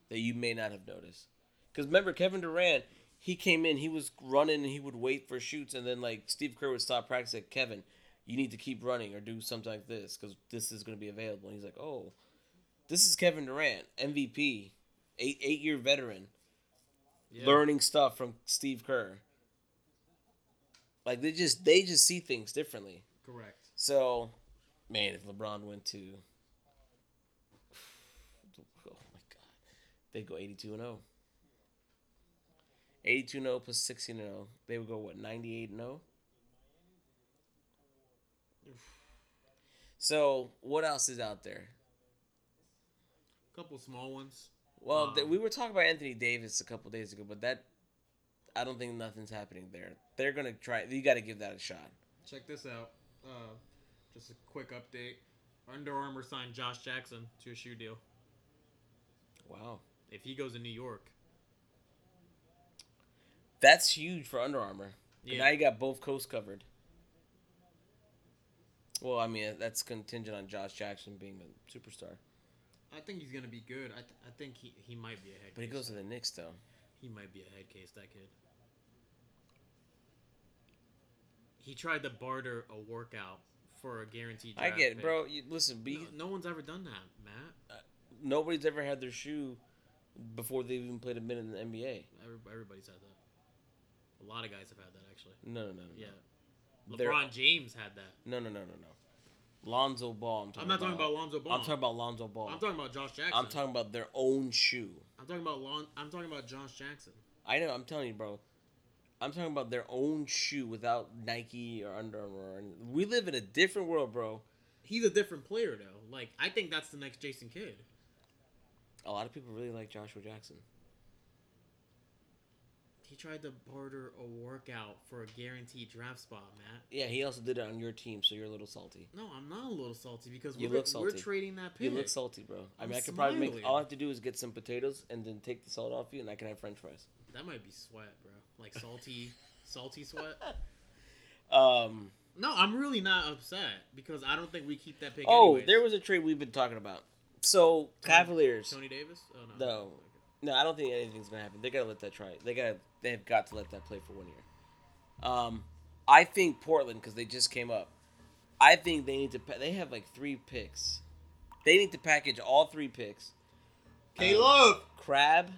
[SPEAKER 2] that you may not have noticed. Because remember, Kevin Durant, he came in, he was running, and he would wait for shoots, and then like Steve Kerr would stop practice. Like, Kevin, you need to keep running or do something like this because this is going to be available. And he's like, oh, this is Kevin Durant, MVP, eight eight year veteran.
[SPEAKER 3] Yeah.
[SPEAKER 2] learning stuff from Steve Kerr. Like they just they just see things differently.
[SPEAKER 3] Correct.
[SPEAKER 2] So, man, if LeBron went to, oh my god, they'd go eighty-two and zero. Eighty-two and zero plus sixteen and zero, they would go what ninety-eight and oh? zero. So what else is out there?
[SPEAKER 3] couple small ones.
[SPEAKER 2] Well, th-
[SPEAKER 3] Um,
[SPEAKER 2] we were talking about Anthony Davis a couple days ago, but that I don't think nothing's happening there. They're gonna try. You got to give that a shot.
[SPEAKER 3] Check this out. Uh, just a quick update. Under Armour signed Josh Jackson to a shoe deal.
[SPEAKER 2] Wow,
[SPEAKER 3] If he goes to New York,
[SPEAKER 2] that's huge for Under Armour. And
[SPEAKER 3] Yeah.
[SPEAKER 2] now you got both coasts covered. Well, I mean that's contingent on Josh Jackson being a superstar,
[SPEAKER 3] I think he's gonna be good. I, th- I think he, he might be a head.
[SPEAKER 2] but he
[SPEAKER 3] case.
[SPEAKER 2] goes to the Knicks though.
[SPEAKER 3] He might be a head case. That kid. He tried to barter a workout for a guaranteed.
[SPEAKER 2] I
[SPEAKER 3] draft
[SPEAKER 2] get, it,
[SPEAKER 3] pick.
[SPEAKER 2] bro. You, listen, be,
[SPEAKER 3] No, no one's ever done that, Matt.
[SPEAKER 2] nobody's ever had their shoe before they even played a minute in the NBA.
[SPEAKER 3] Every, everybody's had that. A lot of guys have had that actually.
[SPEAKER 2] No, no, no, no. no.
[SPEAKER 3] Yeah.
[SPEAKER 2] They're-
[SPEAKER 3] LeBron James had that.
[SPEAKER 2] No, no, no, no, no. Lonzo Ball. I'm, talking
[SPEAKER 3] I'm not talking about Lonzo Ball.
[SPEAKER 2] I'm talking about Lonzo Ball.
[SPEAKER 3] I'm talking about Josh Jackson.
[SPEAKER 2] I'm talking about their own shoe.
[SPEAKER 3] I'm talking about Lon. I'm talking about Josh Jackson.
[SPEAKER 2] I know. I'm telling you, bro. I'm talking about their own shoe without Nike or Under Armour. or any- We live in a different world, bro.
[SPEAKER 3] He's a different player though. Like I think that's the next Jason Kidd.
[SPEAKER 2] A lot of people really like Joshua Jackson.
[SPEAKER 3] He tried to barter a workout for a guaranteed draft spot, Matt.
[SPEAKER 2] Yeah, he also did it on your team, so you're a little salty.
[SPEAKER 3] No, I'm not a little salty because
[SPEAKER 2] You
[SPEAKER 3] we're,
[SPEAKER 2] look
[SPEAKER 3] we're
[SPEAKER 2] salty.
[SPEAKER 3] trading that
[SPEAKER 2] You
[SPEAKER 3] pick.
[SPEAKER 2] look salty, bro. I mean,
[SPEAKER 3] I'm
[SPEAKER 2] I could probably make.
[SPEAKER 3] smiling.
[SPEAKER 2] All I have to do is get some potatoes and then take the salt off you, and I can have French fries.
[SPEAKER 3] that might be sweat, bro. Like salty, salty sweat.
[SPEAKER 2] Um.
[SPEAKER 3] No, I'm really not upset because I don't think we keep that pick.
[SPEAKER 2] Oh,
[SPEAKER 3] anyways.
[SPEAKER 2] there was a trade we've been talking about. So Cavaliers.
[SPEAKER 3] Tony Davis. Oh no.
[SPEAKER 2] No. No, I don't think anything's gonna happen. They gotta let that try. They gotta. They have got to let that play for one year. Um, I think Portland because they just came up. I think they need to. Pa- they have like three picks. They need to package all three picks:
[SPEAKER 3] K Love.
[SPEAKER 2] Crab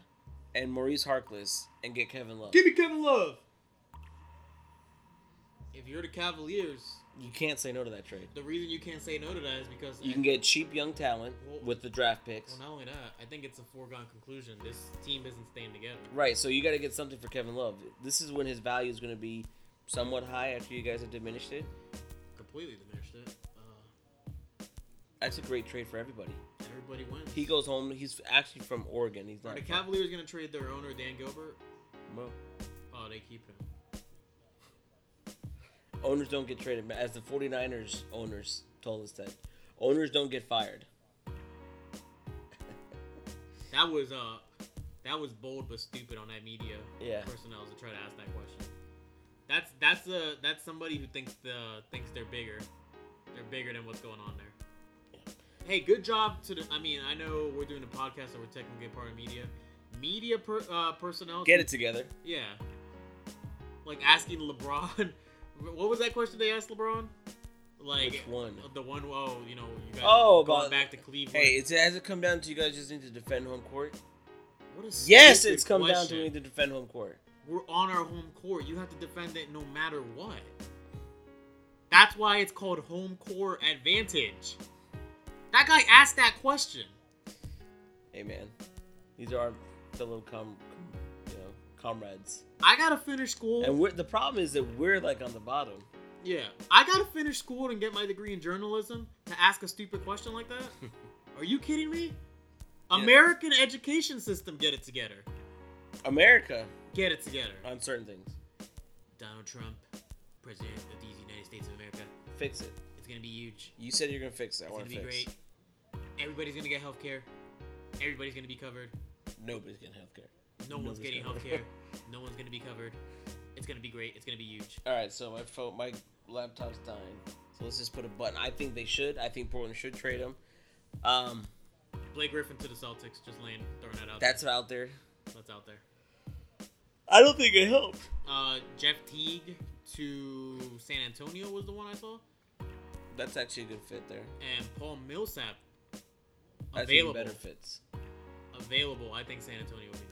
[SPEAKER 2] and Maurice Harkless, and get Kevin Love.
[SPEAKER 3] me Kevin Love. If you're the Cavaliers,
[SPEAKER 2] You can't say no to that trade.
[SPEAKER 3] the reason you can't say no to that is because
[SPEAKER 2] You can get cheap young talent with the draft picks.
[SPEAKER 3] Well, not only that, I think it's a foregone conclusion. This team isn't staying together.
[SPEAKER 2] Right, so you got to get something for Kevin Love. This is when his value is going to be somewhat high after you guys have diminished it.
[SPEAKER 3] Completely diminished it. Uh,
[SPEAKER 2] That's a great trade for everybody.
[SPEAKER 3] everybody wins.
[SPEAKER 2] He goes home. He's actually from Oregon. He's
[SPEAKER 3] Are
[SPEAKER 2] not.
[SPEAKER 3] the
[SPEAKER 2] from-
[SPEAKER 3] Cavaliers going to trade their owner Dan Gilbert?
[SPEAKER 2] Well,
[SPEAKER 3] Oh, they keep him.
[SPEAKER 2] Owners don't get traded. As the 49ers owners told us that owners don't get fired.
[SPEAKER 3] That was uh, that was bold but stupid on that media
[SPEAKER 2] Yeah.
[SPEAKER 3] personnel to try to ask that question. That's that's a that's somebody who thinks the thinks they're bigger. They're bigger than what's going on there. Hey, good job to the. I mean, I know we're doing a podcast, so we're technically part of media. Media per, uh, personnel
[SPEAKER 2] Get it together.
[SPEAKER 3] Yeah. Like asking LeBron, (laughs) what was that question they asked LeBron? Like
[SPEAKER 2] Which one?
[SPEAKER 3] The one. Oh, you know, you guys
[SPEAKER 2] Oh,
[SPEAKER 3] going
[SPEAKER 2] about-
[SPEAKER 3] back to Cleveland.
[SPEAKER 2] Hey, it's, has it come down to you guys just need to defend home court?
[SPEAKER 3] what a
[SPEAKER 2] Yes,
[SPEAKER 3] stupid
[SPEAKER 2] it's come down to
[SPEAKER 3] question.
[SPEAKER 2] we need to defend home court.
[SPEAKER 3] We're on our home court. You have to defend it no matter what. That's why it's called home court advantage. That guy asked that question.
[SPEAKER 2] Hey, man, these are our fellow com, you know, comrades,
[SPEAKER 3] I gotta finish school.
[SPEAKER 2] and we're, the problem is that we're like on the bottom.
[SPEAKER 3] yeah, I gotta finish school and get my degree in journalism to ask a stupid question like that. Are you kidding me? American education system, get it together.
[SPEAKER 2] America
[SPEAKER 3] Get it together.
[SPEAKER 2] on certain things.
[SPEAKER 3] Donald Trump, president of these United States of America.
[SPEAKER 2] Fix it.
[SPEAKER 3] It's gonna be huge.
[SPEAKER 2] You said you're gonna fix it. I
[SPEAKER 3] It's
[SPEAKER 2] want
[SPEAKER 3] gonna
[SPEAKER 2] to
[SPEAKER 3] be
[SPEAKER 2] fix.
[SPEAKER 3] great. Everybody's gonna get health care. Everybody's gonna be covered.
[SPEAKER 2] Nobody's getting healthcare.
[SPEAKER 3] No
[SPEAKER 2] Nobody's
[SPEAKER 3] one's getting
[SPEAKER 2] gonna-
[SPEAKER 3] health care. No one's gonna be covered. It's gonna be great. It's gonna be huge.
[SPEAKER 2] All right, so my phone, my laptop's dying. So let's just put a button. I think they should. I think Portland should trade him. Um,
[SPEAKER 3] Blake Griffin to the Celtics. Just laying, throwing that out.
[SPEAKER 2] that's out there.
[SPEAKER 3] that's out there.
[SPEAKER 2] I don't think it helped.
[SPEAKER 3] Uh, Jeff Teague to San Antonio was the one I saw,
[SPEAKER 2] That's actually a good fit there.
[SPEAKER 3] and Paul Millsap
[SPEAKER 2] That's
[SPEAKER 3] available.
[SPEAKER 2] even better fits.
[SPEAKER 3] available. I think San Antonio would be nice.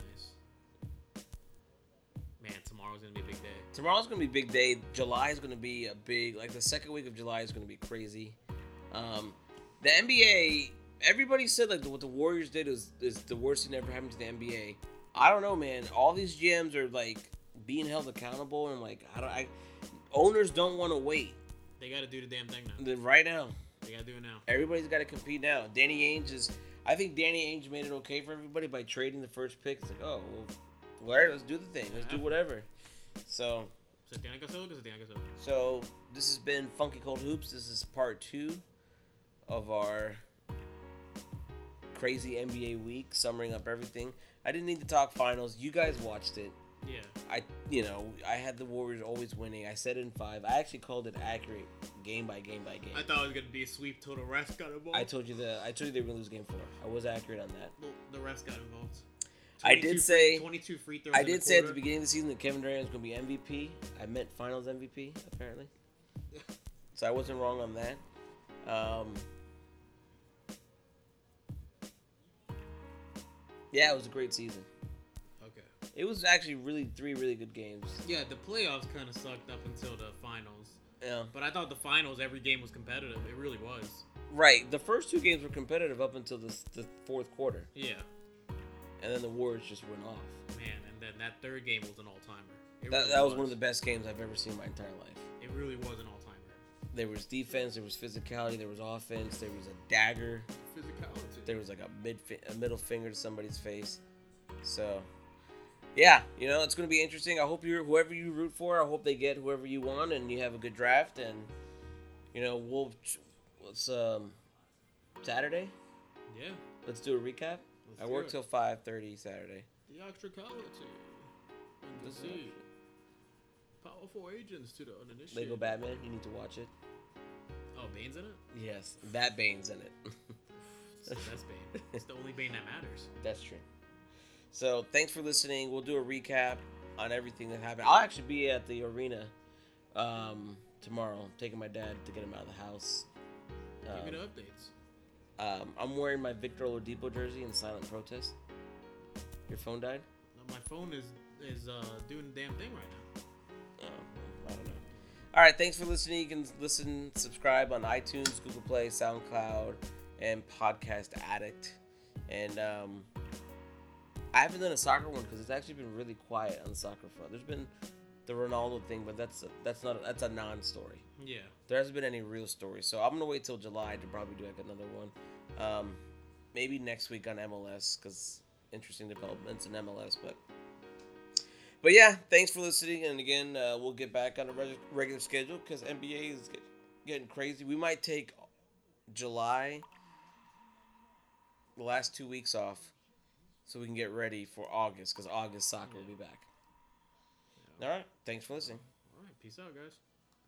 [SPEAKER 3] tomorrow's gonna be a big day.
[SPEAKER 2] Tomorrow's gonna be a big day. July is gonna be a big like the second week of July is gonna be crazy. Um, the NBA, everybody said like what the Warriors did is is the worst thing that ever happened to the NBA. I don't know, man. All these GMs are like being held accountable and like I don't. I, owners don't want to wait
[SPEAKER 3] They gotta do the damn thing now.
[SPEAKER 2] They're right now.
[SPEAKER 3] They gotta do it now.
[SPEAKER 2] Everybody's got to compete now. Danny Ainge is. I think Danny Ainge made it okay for everybody by trading the first pick. It's like, oh, well, whatever. Let's do the thing. Let's do
[SPEAKER 3] Yeah.
[SPEAKER 2] whatever. So,
[SPEAKER 3] So Danny Gasol, because Danny Gasol.
[SPEAKER 2] so this has been Funky Cold Hoops. This is part two of our crazy NBA week, summing up everything. I didn't need to talk finals. You guys watched it.
[SPEAKER 3] Yeah.
[SPEAKER 2] I, you know, I had the Warriors always winning. I said in five. I actually called it accurate, game by game by game.
[SPEAKER 3] I thought it was gonna be a sweep till the refs got involved.
[SPEAKER 2] I told you the I told you they were gonna lose game four. I was accurate on that.
[SPEAKER 3] Well, the refs got involved.
[SPEAKER 2] I did
[SPEAKER 3] 22 free-
[SPEAKER 2] say-
[SPEAKER 3] 22 free throws.
[SPEAKER 2] I
[SPEAKER 3] in the
[SPEAKER 2] did say at the
[SPEAKER 3] quarter.
[SPEAKER 2] beginning of the season that Kevin Durant was gonna be MVP. I meant Finals MVP
[SPEAKER 3] (laughs)
[SPEAKER 2] apparently, so I wasn't wrong on that. Um, yeah, it was a great season.
[SPEAKER 3] Okay.
[SPEAKER 2] It was actually really three really good games.
[SPEAKER 3] Yeah, the playoffs kind of sucked up until the finals.
[SPEAKER 2] Yeah,
[SPEAKER 3] But I thought the finals, every game was competitive. It really was.
[SPEAKER 2] right. The first two games were competitive up until the, the fourth quarter,
[SPEAKER 3] Yeah,
[SPEAKER 2] and then the Warriors just went off.
[SPEAKER 3] man. And then that third game was an all timer.
[SPEAKER 2] That, that was one of the best games I've ever seen in my entire life.
[SPEAKER 3] It really was an all timer.
[SPEAKER 2] There was defense, there was physicality, there was offense, there was a dagger,
[SPEAKER 3] Physicality.
[SPEAKER 2] there was like a mid fi- a middle finger to somebody's face. So, yeah, you know it's gonna be interesting. I hope you're whoever you root for. I hope they get whoever you want, and you have a good draft. And you know we'll what's um Saturday.
[SPEAKER 3] Yeah.
[SPEAKER 2] Let's do a recap.
[SPEAKER 3] Let's
[SPEAKER 2] I
[SPEAKER 3] do
[SPEAKER 2] work
[SPEAKER 3] it.
[SPEAKER 2] till five thirty Saturday.
[SPEAKER 3] The extracality. And
[SPEAKER 2] This is
[SPEAKER 3] deceit. Powerful agents to the uninitiated.
[SPEAKER 2] Lego Batman. You need to watch it.
[SPEAKER 3] Oh, Bane's in it?
[SPEAKER 2] Yes, that Bane's in it. (laughs)
[SPEAKER 3] It's the best Bane. It's the only Bane that matters.
[SPEAKER 2] That's true. So thanks for listening. We'll do a recap on everything that happened. I'll actually be at the arena um, tomorrow, taking my dad to get him out of the house.
[SPEAKER 3] Give me the
[SPEAKER 2] Um,
[SPEAKER 3] updates.
[SPEAKER 2] um, I'm wearing my Victor Oladipo jersey in silent protest. Your phone died?
[SPEAKER 3] Now, My phone is is uh, doing the damn thing right now.
[SPEAKER 2] Oh, I don't know. All right, thanks for listening. You can listen, subscribe on iTunes, Google Play, SoundCloud, and Podcast Addict. And um, I haven't done a soccer one because it's actually been really quiet on the soccer front. There's been the Ronaldo thing, but that's a, that's not that's a non-story.
[SPEAKER 3] Yeah.
[SPEAKER 2] There hasn't been any real story, so I'm gonna wait till July to probably do like another one. Um, maybe next week on MLS because interesting developments in MLS. But but yeah, thanks for listening. And again, uh, we'll get back on a reg- regular schedule because NBA is get- getting crazy. We might take July the last two weeks off so we can get ready for August because August soccer will be back. All right, thanks for listening.
[SPEAKER 3] All right. Peace out, guys.